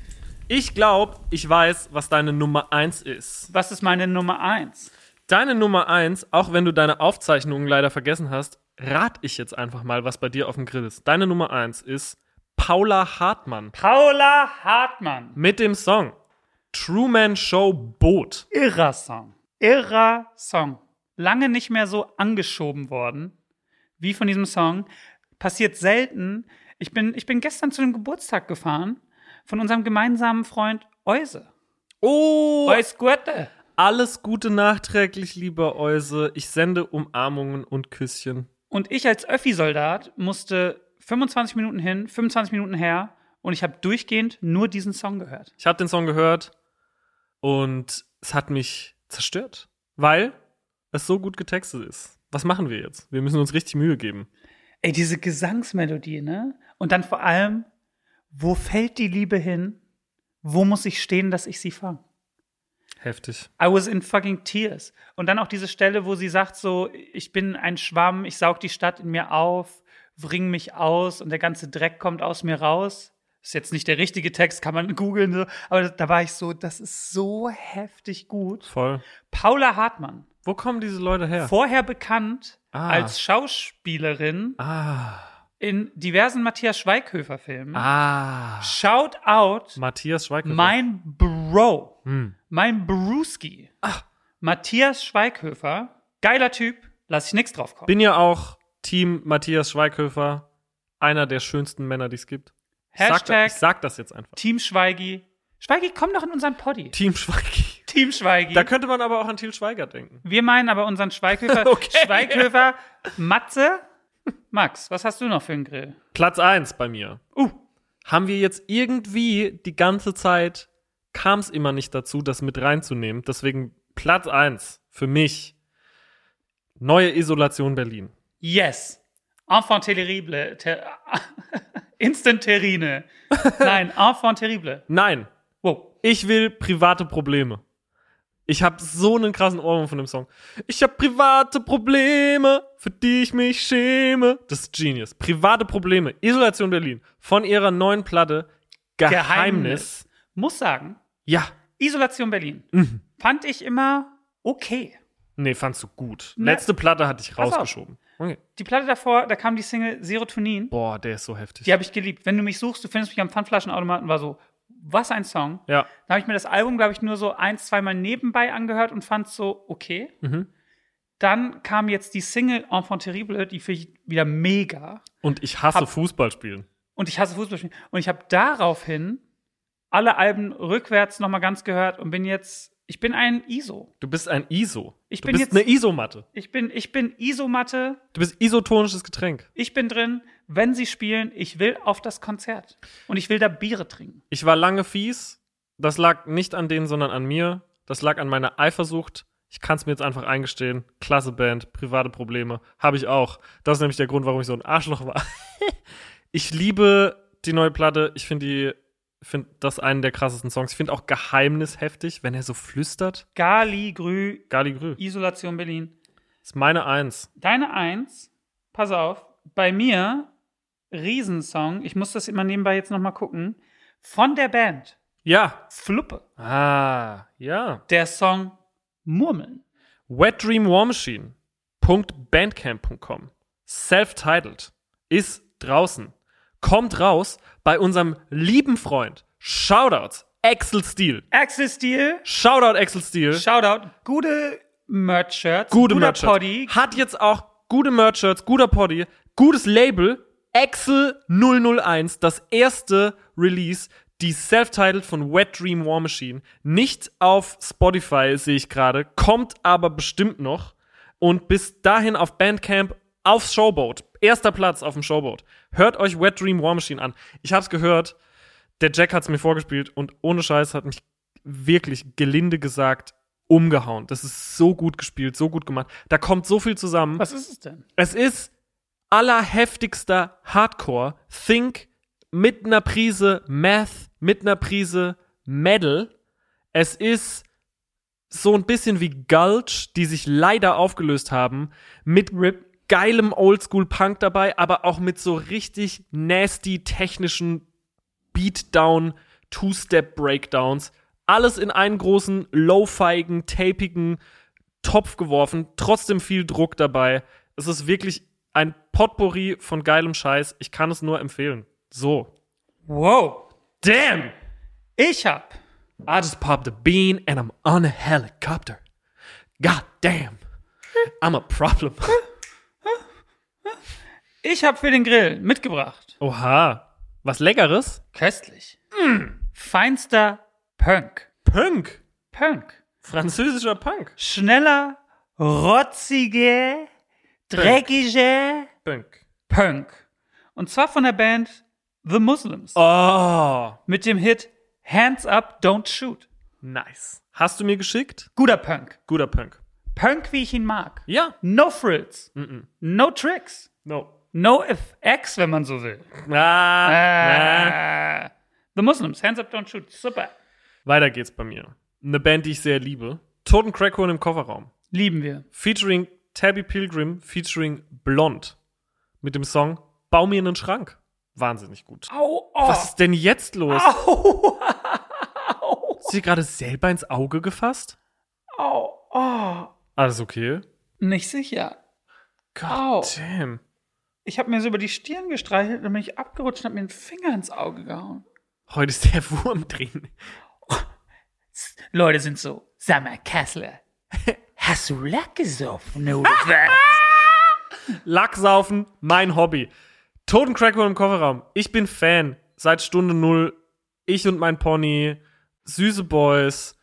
S1: Ich glaube, ich weiß, was deine Nummer 1 ist.
S2: Was ist meine Nummer eins?
S1: Deine Nummer 1, auch wenn du deine Aufzeichnungen leider vergessen hast, rat ich jetzt einfach mal, was bei dir auf dem Grill ist. Deine Nummer 1 ist Paula Hartmann
S2: Paula Hartmann.
S1: mit dem Song Truman Show Boot.
S2: Irrer Song. Irrer Song. Lange nicht mehr so angeschoben worden wie von diesem Song. Passiert selten. Ich bin, ich bin gestern zu dem Geburtstag gefahren von unserem gemeinsamen Freund Euse.
S1: Oh,
S2: Eus Gürtel.
S1: alles Gute nachträglich, lieber Euse. Ich sende Umarmungen und Küsschen.
S2: Und ich als Öffi-Soldat musste 25 Minuten hin, 25 Minuten her und ich habe durchgehend nur diesen Song gehört.
S1: Ich habe den Song gehört und es hat mich zerstört, weil es so gut getextet ist. Was machen wir jetzt? Wir müssen uns richtig Mühe geben.
S2: Ey, diese Gesangsmelodie, ne? Und dann vor allem, wo fällt die Liebe hin? Wo muss ich stehen, dass ich sie fange?
S1: Heftig.
S2: I was in fucking tears. Und dann auch diese Stelle, wo sie sagt so, ich bin ein Schwamm, ich saug die Stadt in mir auf, wring mich aus und der ganze Dreck kommt aus mir raus. Ist jetzt nicht der richtige Text, kann man googeln, so. aber da war ich so, das ist so heftig gut.
S1: Voll.
S2: Paula Hartmann,
S1: Wo kommen diese Leute her?
S2: vorher bekannt
S1: Ah.
S2: als Schauspielerin
S1: ah.
S2: in diversen Matthias Schweighöfer Filmen.
S1: Ah.
S2: Shout out
S1: Matthias Schweighöfer.
S2: mein Bro,
S1: Hm.
S2: mein Bruski,
S1: Ah.
S2: Matthias Schweighöfer, geiler Typ, lass ich nix drauf kommen.
S1: Bin ja auch Team Matthias Schweighöfer, einer der schönsten Männer, die es gibt. Ich sag,
S2: Hashtag
S1: ich sag das jetzt einfach.
S2: Team Schweigi. Schweigi, komm doch in unseren Poddy.
S1: Team Schweigi.
S2: Team Schweigi.
S1: Da könnte man aber auch an Til Schweiger denken.
S2: Wir meinen aber unseren Schweighöfer,
S1: Okay.
S2: Schweighöfer, Matze. Max, was hast du noch für einen Grill?
S1: Platz 1 bei mir.
S2: Uh,
S1: Haben wir jetzt irgendwie die ganze Zeit, kam es immer nicht dazu, das mit reinzunehmen. Deswegen Platz 1 für mich. Neue Isolation Berlin.
S2: yes. Enfant terrible. Ter Instant terrine. Nein, enfant terrible.
S1: Nein,
S2: Wow.
S1: Ich will private Probleme. Ich habe so einen krassen Ohrwurm von dem Song. Ich habe private Probleme, für die ich mich schäme. Das ist Genius. Private Probleme. Isolation Berlin. Von ihrer neuen Platte Geheimnis.
S2: Geheimnis. Muss sagen,
S1: Ja. Mhm.
S2: Isolation Berlin. Fand ich immer okay.
S1: Nee, fandst du gut.
S2: Ne.
S1: Letzte Platte hatte ich
S2: Pass auf.
S1: rausgeschoben. Okay.
S2: Die Platte davor, da kam die Single Serotonin.
S1: Boah, der ist so heftig.
S2: Die habe ich geliebt. Wenn du mich suchst, du findest mich am Pfandflaschenautomaten, war so, was ein Song.
S1: Ja.
S2: Da habe ich mir das Album, glaube ich, nur so ein, zweimal nebenbei angehört und fand so, okay.
S1: Mhm.
S2: Dann kam jetzt die Single Enfant Terrible, die finde ich wieder mega.
S1: Und ich hasse
S2: Hab-
S1: Fußball spielen.
S2: Und ich hasse Fußballspielen. Und ich habe daraufhin alle Alben rückwärts nochmal ganz gehört und bin jetzt, ich bin ein ISO.
S1: Du bist ein ISO.
S2: Ich
S1: du
S2: bin
S1: bist
S2: jetzt-
S1: eine Isomatte.
S2: Ich bin, ich bin ISO-Matte.
S1: Du bist isotonisches Getränk.
S2: Ich bin drin, wenn sie spielen, ich will auf das Konzert. Und ich will da Biere trinken.
S1: Ich war lange fies. Das lag nicht an denen, sondern an mir. Das lag an meiner Eifersucht. Ich kann es mir jetzt einfach eingestehen. Klasse Band, private Probleme. Habe ich auch. Das ist nämlich der Grund, warum ich so ein Arschloch war. ich liebe die neue Platte. Ich finde die. finde das einen der krassesten Songs. Ich finde auch Geheimnis heftig, wenn er so flüstert.
S2: Gali, Grü,
S1: Gali Grü.
S2: Isolation Berlin.
S1: Ist meine Eins.
S2: Deine Eins, pass auf, bei mir, Riesensong, ich muss das immer nebenbei jetzt nochmal gucken, von der Band
S1: Ja.
S2: Fluppe,
S1: Ah, ja.
S2: der Song Murmeln.
S1: Wet Dream War Machine. Bandcamp.com Self-titled ist draußen. Kommt raus bei unserem lieben Freund. Shoutouts Axel Steel.
S2: Axel Steel,
S1: Shoutout Axel Steel.
S2: Shoutout, gute Merch-Shirts,
S1: gute
S2: guter
S1: Merch-Shirts.
S2: Poddy,
S1: Hat jetzt auch gute Merch-Shirts, guter Poddy, gutes Label, Excel 001, das erste Release, die Self-Titled von Wet Dream War Machine. Nicht auf Spotify, sehe ich gerade, kommt aber bestimmt noch. Und bis dahin auf Bandcamp, aufs Showboat. Erster Platz auf dem Showboat. Hört euch Wet Dream War Machine an. Ich hab's gehört, der Jack hat's mir vorgespielt und ohne Scheiß hat mich wirklich gelinde gesagt umgehauen. Das ist so gut gespielt, so gut gemacht. Da kommt so viel zusammen.
S2: Was ist es denn?
S1: Es ist allerheftigster Hardcore. Think mit einer Prise Math, mit einer Prise Metal. Es ist so ein bisschen wie Gulch, die sich leider aufgelöst haben, mit geilem Oldschool-Punk dabei, aber auch mit so richtig nasty technischen Beatdown, Two-Step-Breakdowns. Alles in einen großen, low-feigen, tapigen Topf geworfen. Trotzdem viel Druck dabei. Es ist wirklich ein Potpourri von geilem Scheiß. Ich kann es nur empfehlen. So.
S2: Wow.
S1: Damn!
S2: Ich hab
S1: I just popped a bean and I'm on a helicopter. God damn. I'm a problem.
S2: Ich habe für den Grill mitgebracht.
S1: Oha. Was Leckeres?
S2: Köstlich. Mm. Feinster Punk.
S1: Punk.
S2: Punk.
S1: Französischer Punk.
S2: Schneller, rotzige, dreckige
S1: Punk.
S2: Punk. Und zwar von der Band The Muslims.
S1: Oh.
S2: Mit dem Hit Hands Up, Don't Shoot.
S1: Nice. Hast du mir geschickt?
S2: Guter Punk.
S1: Guter Punk.
S2: Punk, wie ich ihn mag.
S1: Ja.
S2: No frills. No tricks.
S1: No.
S2: No effects, wenn man so will.
S1: Ah, ah.
S2: Äh, The Muslims, Hands Up, Don't Shoot. Super.
S1: Weiter geht's bei mir. Eine Band, die ich sehr liebe. Toten Crackhorn im Kofferraum.
S2: Lieben wir.
S1: Featuring Tabby Pilgrim, featuring Blond. Mit dem Song Bau mir einen Schrank. Wahnsinnig gut.
S2: Au, oh.
S1: Was ist denn jetzt los?
S2: Au,
S1: Ist dir gerade selber ins Auge gefasst?
S2: au, oh.
S1: Alles okay?
S2: Nicht sicher.
S1: God
S2: Au.
S1: damn.
S2: Ich habe mir so über die Stirn gestreichelt und bin ich abgerutscht und habe mir den Finger ins Auge gehauen.
S1: Heute ist der Wurm drin.
S2: Leute sind so, sag mal, Kessler, hast du Lack gesoffen oder was?
S1: Lacksaufen, mein Hobby. Toten Crackhorn im Kofferraum. Ich bin Fan. Seit Stunde Null. Ich und mein Pony. Süße Boys.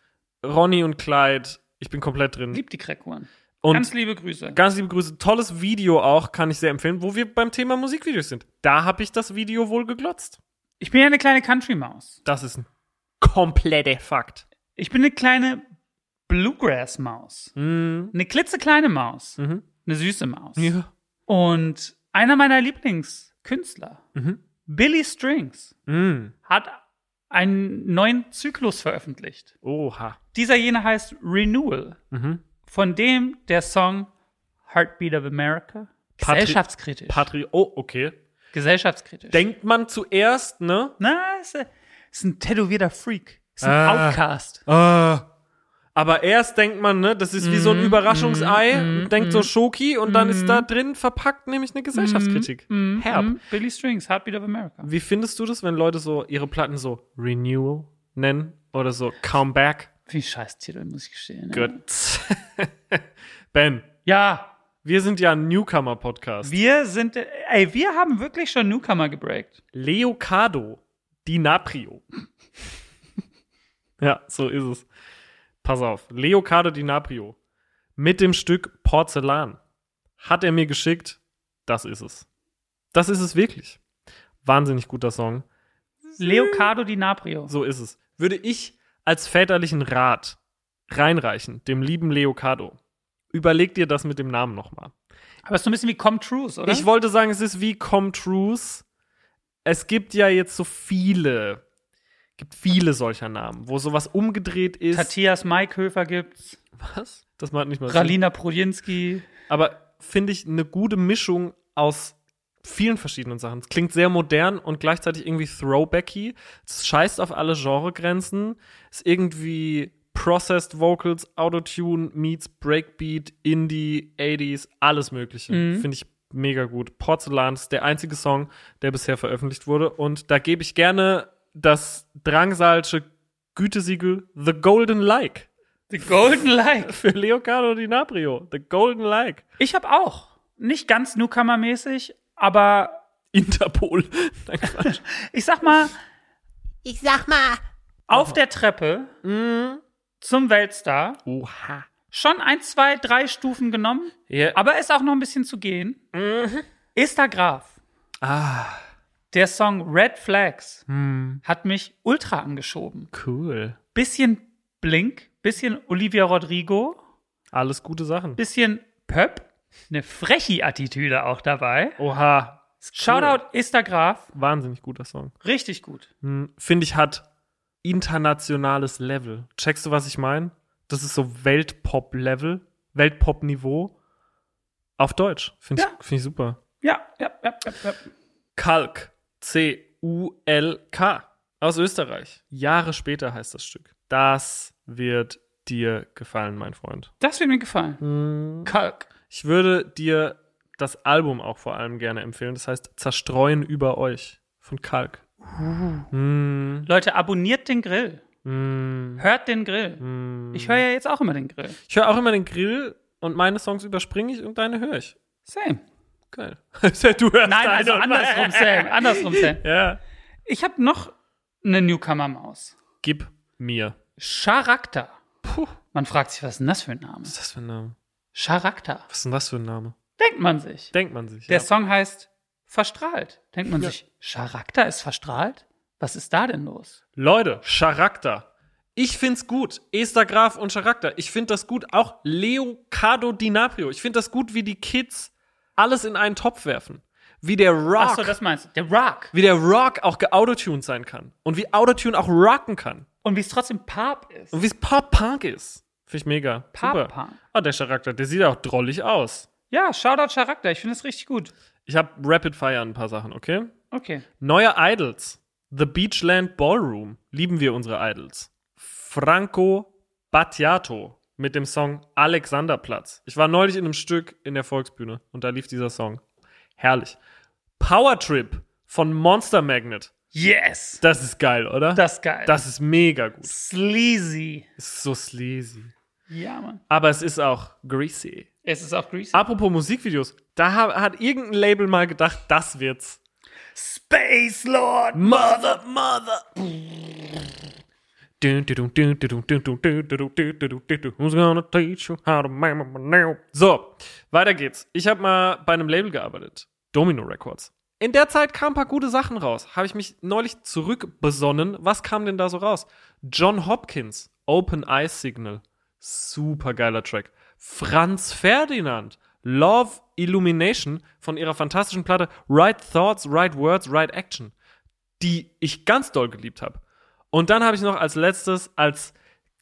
S1: Ronny und Clyde. Ich bin komplett drin.
S2: Lieb die Crackuhren.
S1: Und
S2: Ganz liebe Grüße.
S1: ganz liebe Grüße. Tolles Video auch. Kann ich sehr empfehlen, wo wir beim Thema Musikvideos sind. Da habe ich das Video wohl geglotzt.
S2: Ich bin ja eine kleine Country-Maus.
S1: Das ist ein kompletter Fakt.
S2: Ich bin eine kleine Bluegrass-Maus.
S1: Mhm.
S2: Eine klitzekleine Maus.
S1: Mhm.
S2: Eine süße Maus.
S1: Ja.
S2: Und einer meiner Lieblingskünstler,
S1: Mhm.
S2: Billy Strings,
S1: Mhm.
S2: hat einen neuen Zyklus veröffentlicht.
S1: Oha.
S2: Dieser jene heißt Renewal,
S1: Mhm.
S2: von dem der Song Heartbeat of America
S1: Patri-
S2: gesellschaftskritisch.
S1: Patri. Oh, okay.
S2: gesellschaftskritisch.
S1: Denkt man zuerst, ne?
S2: Na, ist, äh, ist ein tätowierter Freak. Ist ein
S1: Ah.
S2: Outcast.
S1: Ah. Aber erst denkt man, ne, das ist wie so ein Überraschungsei, denkt so Schoki und dann ist da drin verpackt nämlich eine Gesellschaftskritik. Herb.
S2: Mhm. Billy Strings, Heartbeat of America.
S1: Wie findest du das, wenn Leute so ihre Platten so Renewal nennen oder so Comeback?
S2: Wie ein Scheißtitel, muss ich gestehen. ne?
S1: Gut. ben,
S2: Ja,
S1: wir sind ja ein Newcomer-Podcast.
S2: wir sind, äh, ey, wir haben wirklich schon Newcomer gebreakt.
S1: Leocardo Di Naprio. ja, so ist es. Pass auf. Leocardo Di Naprio mit dem Stück Porzellan hat er mir geschickt. Das ist es. Das ist es wirklich. Wahnsinnig guter Song.
S2: Leocardo Di Naprio.
S1: So ist es. Würde ich als väterlichen Rat reinreichen, dem lieben Leocardo. Überleg dir das mit dem Namen nochmal.
S2: Aber ist so ein bisschen wie Come Trues, oder?
S1: Ich wollte sagen, es ist wie Comtrues. Es gibt ja jetzt so viele, gibt viele solcher Namen, wo sowas umgedreht ist.
S2: Matthias Maiköfer gibt's,
S1: Was? Das macht nicht mal Sinn.
S2: Ralina Prodinski.
S1: Aber finde ich eine gute Mischung aus vielen verschiedenen Sachen. Es klingt sehr modern und gleichzeitig irgendwie throwbacky. Es scheißt auf alle Genregrenzen. Ist irgendwie Processed Vocals, Autotune, Meets, Breakbeat, Indie, 80s, alles Mögliche. Finde ich mega gut. Porzellan ist der einzige Song, der bisher veröffentlicht wurde. Und da gebe ich gerne das drangsalsche Gütesiegel The Golden Like
S2: The Golden Like.
S1: für Leonardo DiNaprio. The Golden Like.
S2: Ich habe auch. Nicht ganz Newcomer-mäßig, aber
S1: Interpol. Nein, Quatsch.
S2: ich sag mal,
S6: Ich sag mal,
S2: auf der Treppe zum Weltstar
S1: Oha.
S2: schon ein, zwei, drei Stufen genommen,
S1: Ja,
S2: aber ist auch noch ein bisschen zu gehen. Esther Graf.
S1: Ah. hm.
S2: Der Song Red Flags hat mich ultra angeschoben.
S1: cool.
S2: Bisschen Blink, bisschen Olivia Rodrigo,
S1: Alles gute Sachen.
S2: bisschen Pöpp, eine freche Attitüde auch dabei.
S1: Oha.
S2: Shoutout Esther Graf,
S1: Wahnsinnig guter Song.
S2: richtig gut.
S1: Hm, Finde ich, hat internationales Level. Checkst du, was ich meine? Das ist so Weltpop-Level, Weltpop-Niveau auf Deutsch. Finde
S2: Ja.
S1: ich, find ich super.
S2: Ja, ja, ja, ja, ja.
S1: Kalk. C-U-L-K. Aus Österreich. Jahre später heißt das Stück. Das wird dir gefallen, mein Freund.
S2: Das wird mir gefallen. Kalk.
S1: Ich würde dir das Album auch vor allem gerne empfehlen. Das heißt Zerstreuen über euch von Kalk.
S2: Uh.
S1: Mm,
S2: Leute, abonniert den Grill.
S1: mm,
S2: Hört den Grill.
S1: mm.
S2: Ich höre ja jetzt auch immer den Grill.
S1: Ich höre auch immer den Grill und meine Songs überspringe ich und deine höre ich.
S2: Same.
S1: Geil. du hörst
S2: Nein,
S1: deine
S2: also
S1: und meine-
S2: andersrum, Sam. Andersrum, Sam.
S1: Ja.
S2: Ich habe noch eine Newcomer-Maus.
S1: Gib mir.
S2: Charakter.
S1: Puh,
S2: Man fragt sich, was ist denn das für ein Name?
S1: was ist das für ein Name?
S2: Charakter.
S1: Was ist denn das für ein Name?
S2: Denkt man sich.
S1: Denkt man sich.
S2: Der
S1: ja.
S2: Song heißt Verstrahlt. Denkt man sich, Charakter ist verstrahlt? Was ist da denn los?
S1: Leute, Charakter. Ich find's gut. Esther Graf und Charakter. Ich find das gut. Auch Leocardo DiNaprio. Ich find das gut, wie die Kids alles in einen Topf werfen. Wie der Rock.
S2: Achso, das meinst du. Der Rock.
S1: wie der Rock auch geautotuned sein kann. Und wie Autotune auch rocken kann.
S2: Und wie es trotzdem Pap ist.
S1: Und wie es Pop-Punk ist. Find ich mega. Super.
S2: Pop-Punk.
S1: Ah, der Charakter, der sieht auch drollig aus.
S2: Ja, Shoutout Charakter. Ich finde es richtig gut.
S1: Ich hab Rapid Fire an ein paar Sachen, okay?
S2: Okay.
S1: Neue Idols. The Beachland Ballroom. Lieben wir unsere Idols. Franco Battiato mit dem Song Alexanderplatz. Ich war neulich in einem Stück in der Volksbühne und da lief dieser Song. Herrlich. Power Trip von Monster Magnet.
S2: Yes.
S1: Das ist geil, oder?
S2: Das ist geil.
S1: Das ist mega gut.
S2: Sleazy.
S1: Ist so sleazy.
S2: Ja, Mann.
S1: Aber es ist auch greasy.
S2: Es ist auch greasy.
S1: Apropos Musikvideos, da ha- hat irgendein Label mal gedacht, das wird's.
S2: Space Lord.
S1: Mother, Mother. Who's gonna teach you how to make a nail? So, weiter geht's. Ich habe mal bei einem Label gearbeitet, Domino Records. In der Zeit kamen ein paar gute Sachen raus. Habe ich mich neulich zurückbesonnen. Was kam denn da so raus? John Hopkins, Open Eye Signal. Super geiler Track. Franz Ferdinand, Love Illumination von ihrer fantastischen Platte Right Thoughts, Right Words, Right Action die ich ganz doll geliebt habe. Und dann habe ich noch als letztes, als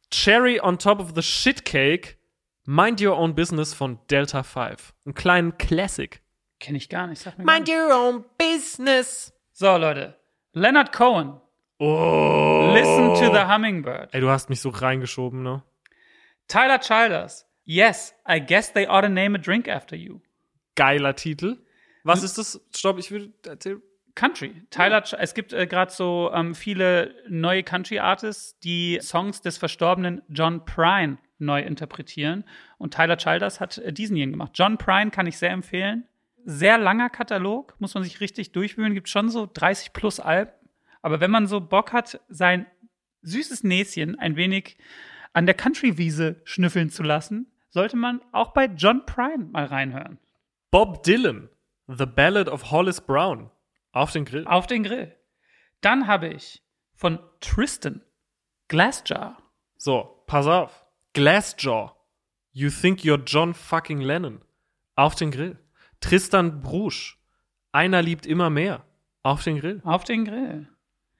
S1: Cherry on top of the shit cake, Mind Your Own Business von Delta 5. Einen kleinen Classic.
S2: Kenne ich gar nicht. Sag mir gar
S1: Mind
S2: nicht.
S1: Your Own Business.
S2: So, Leute. Leonard Cohen.
S1: Oh.
S2: Listen to the Hummingbird.
S1: Ey, du hast mich so reingeschoben, ne?
S2: Tyler Childers. Yes, I guess they ought to name a drink after you.
S1: Geiler Titel. Was ist das? Stopp, ich will erzählen.
S2: Country. Tyler, Ch- es gibt äh, gerade so ähm, viele neue Country Artists, die Songs des verstorbenen John Prine neu interpretieren. Und Tyler Childers hat äh, diesen hier gemacht. John Prine kann ich sehr empfehlen. Sehr langer Katalog, muss man sich richtig durchwühlen. Gibt schon so 30 plus Alben. Aber wenn man so Bock hat, sein süßes Näschen ein wenig an der Country-Wiese schnüffeln zu lassen, sollte man auch bei John Prine mal reinhören.
S1: Bob Dylan, The Ballad of Hollis Brown. Auf den Grill.
S2: Auf den Grill. Dann habe ich von Tristan Glassjar.
S1: So, pass auf. Glassjaw. You think you're John fucking Lennon. Auf den Grill. Tristan Brusch. Einer liebt immer mehr. Auf den Grill.
S2: Auf den Grill.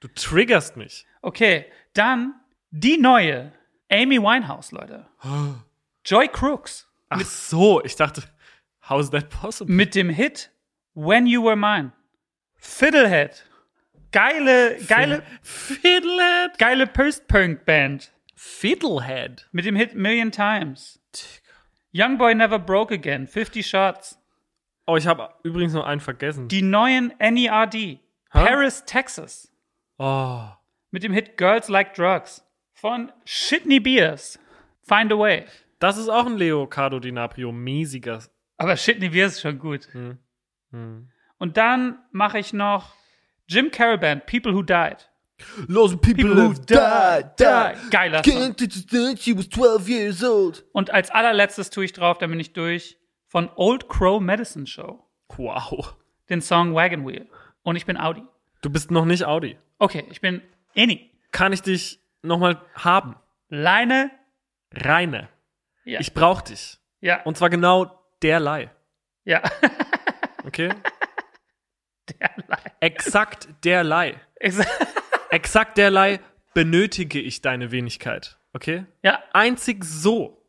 S1: Du triggerst mich.
S2: Okay, dann die neue Amy Winehouse, Leute. Joy Crooks
S1: Ach so, ich dachte, how's that possible?
S2: mit dem Hit When You Were Mine. Fiddlehead. Geile, geile,
S1: Fiddlehead.
S2: geile Post-Punk-Band.
S1: Fiddlehead.
S2: Mit dem Hit Million Times. Young Boy Never Broke Again, 50 Shots.
S1: Oh, ich habe übrigens noch einen vergessen.
S2: Die neuen NERD. Paris, Texas.
S1: oh.
S2: Mit dem Hit Girls Like Drugs. Von Shitney Beers. Find a Way.
S1: Das ist auch ein Leocardo DiNaprio, miesiger.
S2: Aber Shitney Beers ist schon gut.
S1: Hm. Hm.
S2: Und dann mache ich noch Jim Carrey Band, People Who Died.
S7: Lots of people,
S2: People who
S7: have
S2: died.
S7: died, died.
S2: Geiler Song.
S7: Can't understand she was 12 years old.
S2: Und als allerletztes tue ich drauf, dann bin ich durch, von Old Crow Medicine Show.
S1: Wow.
S2: Den Song Wagon Wheel. Und ich bin Audi.
S1: Du bist noch nicht Audi.
S2: Okay, ich bin Eni.
S1: Kann ich dich nochmal haben?
S2: Leine.
S1: Reine.
S2: Ja.
S1: Ich brauch dich.
S2: ja.
S1: Und zwar genau derlei.
S2: ja.
S1: Okay?
S2: Derlei.
S1: Exakt derlei.
S2: Ich sag-
S1: Exakt derlei benötige ich deine Wenigkeit. Okay?
S2: ja.
S1: Einzig so.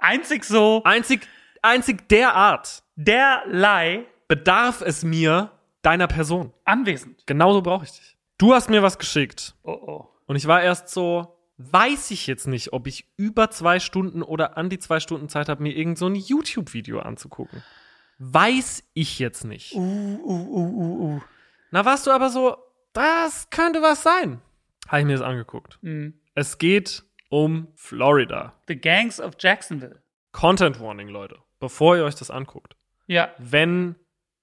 S2: Einzig so.
S1: Einzig, einzig derart
S2: Derlei
S1: bedarf es mir deiner Person.
S2: anwesend.
S1: Genauso brauche ich dich. Du hast mir was geschickt.
S2: Oh oh.
S1: Und ich war erst so, weiß ich jetzt nicht, ob ich über zwei Stunden oder an die zwei Stunden Zeit habe, mir irgend so ein YouTube-Video anzugucken. Weiß ich jetzt nicht.
S2: Uh, uh, uh, uh, uh.
S1: Na, warst du aber so, das könnte was sein. Habe ich mir das angeguckt.
S2: Mhm.
S1: Es geht um Florida.
S2: The Gangs of Jacksonville.
S1: Content Warning, Leute. Bevor ihr euch das anguckt.
S2: Ja.
S1: Wenn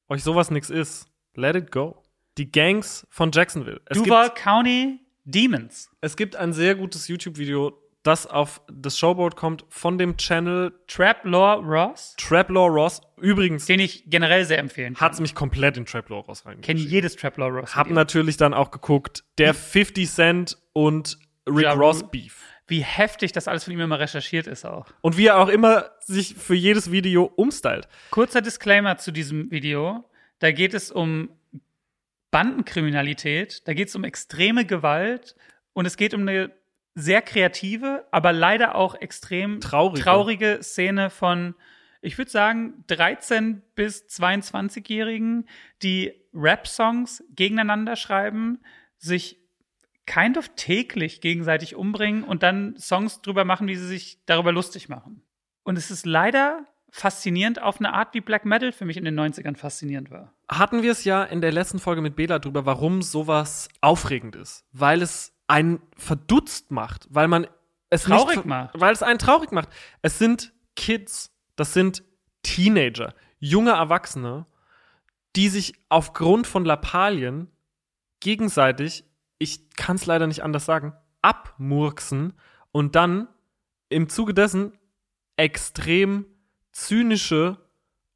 S1: euch sowas nix ist, let it go. Die Gangs von Jacksonville. Es
S2: Duval
S1: gibt,
S2: County Demons.
S1: es gibt ein sehr gutes YouTube-Video, das auf das Showboard kommt von dem Channel
S2: Traplaw Ross.
S1: Traplaw Ross. Übrigens
S2: Den ich generell sehr empfehlen kann.
S1: hat's mich komplett in Traplaw Ross
S2: Kenne
S1: reingeschickt.
S2: jedes Traplaw Ross.
S1: Hab
S2: Video.
S1: natürlich dann auch geguckt, der 50 Cent und Rick
S2: Ja,
S1: Ross Beef.
S2: Wie heftig das alles von ihm immer recherchiert ist auch.
S1: Und wie er auch immer sich für jedes Video umstylt.
S2: Kurzer Disclaimer zu diesem Video. Da geht es um Bandenkriminalität, da geht es um extreme Gewalt und es geht um eine sehr kreative, aber leider auch extrem
S1: Traurige.
S2: traurige Szene von, ich würde sagen, 13 bis 22-Jährigen, die Rap-Songs gegeneinander schreiben, sich kind of täglich gegenseitig umbringen und dann Songs drüber machen, wie sie sich darüber lustig machen. Und es ist leider faszinierend auf eine Art, wie Black Metal für mich in den 90ern faszinierend war.
S1: Hatten wir es ja in der letzten Folge mit Bela drüber, warum sowas aufregend ist. Weil es einen verdutzt macht, weil man es
S2: Traurig
S1: nicht,
S2: macht.
S1: Weil es einen traurig macht. Es sind Kids, das sind Teenager, junge Erwachsene, die sich aufgrund von Lappalien gegenseitig, ich kann es leider nicht anders sagen, abmurksen und dann im Zuge dessen extrem zynische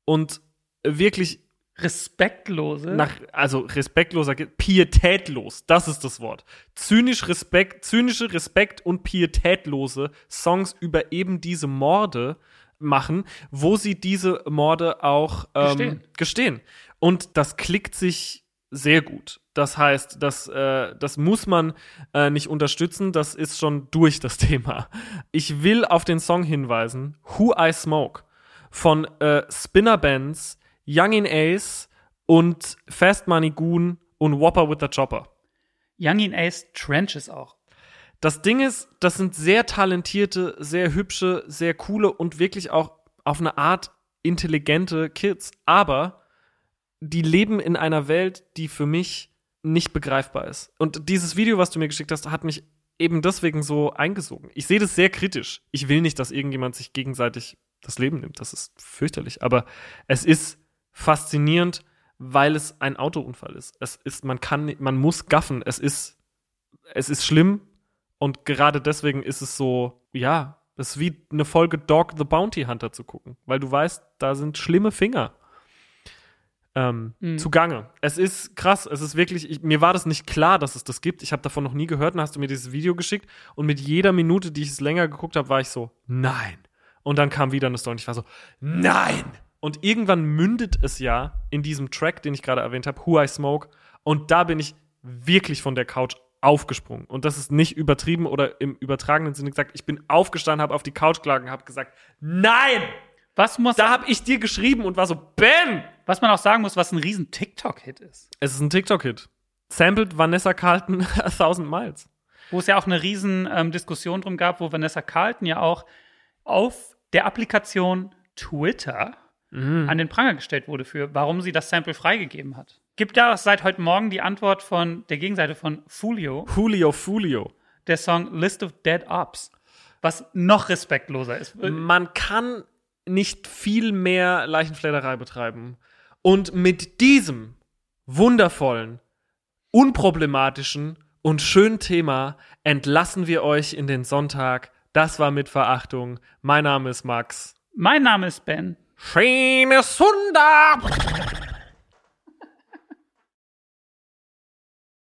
S1: und wirklich
S2: Respektlose.
S1: nach, also respektloser, Ge- pietätlos, das ist das Wort. Zynisch Respekt, zynische Respekt und pietätlose Songs über eben diese Morde machen, wo sie diese Morde auch ähm,
S2: Gestehen.
S1: gestehen. Und das klickt sich sehr gut. Das heißt, das, äh, das muss man äh, nicht unterstützen, das ist schon durch das Thema. Ich will auf den Song hinweisen, Who I Smoke von äh, Spinner Bands, Young in Ace und Fast Money Goon und Whopper with the Chopper.
S2: Young in Ace Trenches auch.
S1: Das Ding ist, das sind sehr talentierte, sehr hübsche, sehr coole und wirklich auch auf eine Art intelligente Kids. Aber die leben in einer Welt, die für mich nicht begreifbar ist. Und dieses Video, was du mir geschickt hast, hat mich eben deswegen so eingesogen. Ich sehe das sehr kritisch. Ich will nicht, dass irgendjemand sich gegenseitig das Leben nimmt. Das ist fürchterlich. Aber es ist faszinierend, weil es ein Autounfall ist. Es ist, man kann, man muss gaffen. Es ist, es ist schlimm, und gerade deswegen ist es so, ja, es ist wie eine Folge Dog the Bounty Hunter zu gucken, weil du weißt, da sind schlimme Finger ähm,
S2: Mhm.
S1: zugange. Es ist krass, es ist wirklich, ich, mir war das nicht klar, dass es das gibt. Ich habe davon noch nie gehört, dann hast du mir dieses Video geschickt und mit jeder Minute, die ich es länger geguckt habe, war ich so, nein. Und dann kam wieder eine Story und ich war so, nein. Und irgendwann mündet es ja in diesem Track, den ich gerade erwähnt habe, Who I Smoke. Und da bin ich wirklich von der Couch aufgesprungen. Und das ist nicht übertrieben oder im übertragenen Sinne gesagt. Ich bin aufgestanden, habe auf die Couch geschlagen, habe gesagt, nein!
S2: Was, muss,
S1: Da habe ich dir geschrieben und war so, bam!
S2: was man auch sagen muss, was ein riesen TikTok-Hit ist.
S1: Es ist ein TikTok-Hit. Sampled Vanessa Carlton A Thousand Miles.
S2: wo es ja auch eine riesen ähm, Diskussion drum gab, wo Vanessa Carlton ja auch auf der Applikation Twitter
S1: Mhm.
S2: an den Pranger gestellt wurde für, warum sie das Sample freigegeben hat. Gibt da seit heute Morgen die Antwort von der Gegenseite von Fulio,
S1: Julio Fulio.
S2: der Song List of Dead Ops, was noch respektloser ist.
S1: Man kann nicht viel mehr Leichenflederei betreiben. Und mit diesem wundervollen, unproblematischen und schönen Thema entlassen wir euch in den Sonntag. Das war mit Verachtung. Mein Name ist Max.
S2: Mein Name ist Ben.
S1: Schönes Sonntag!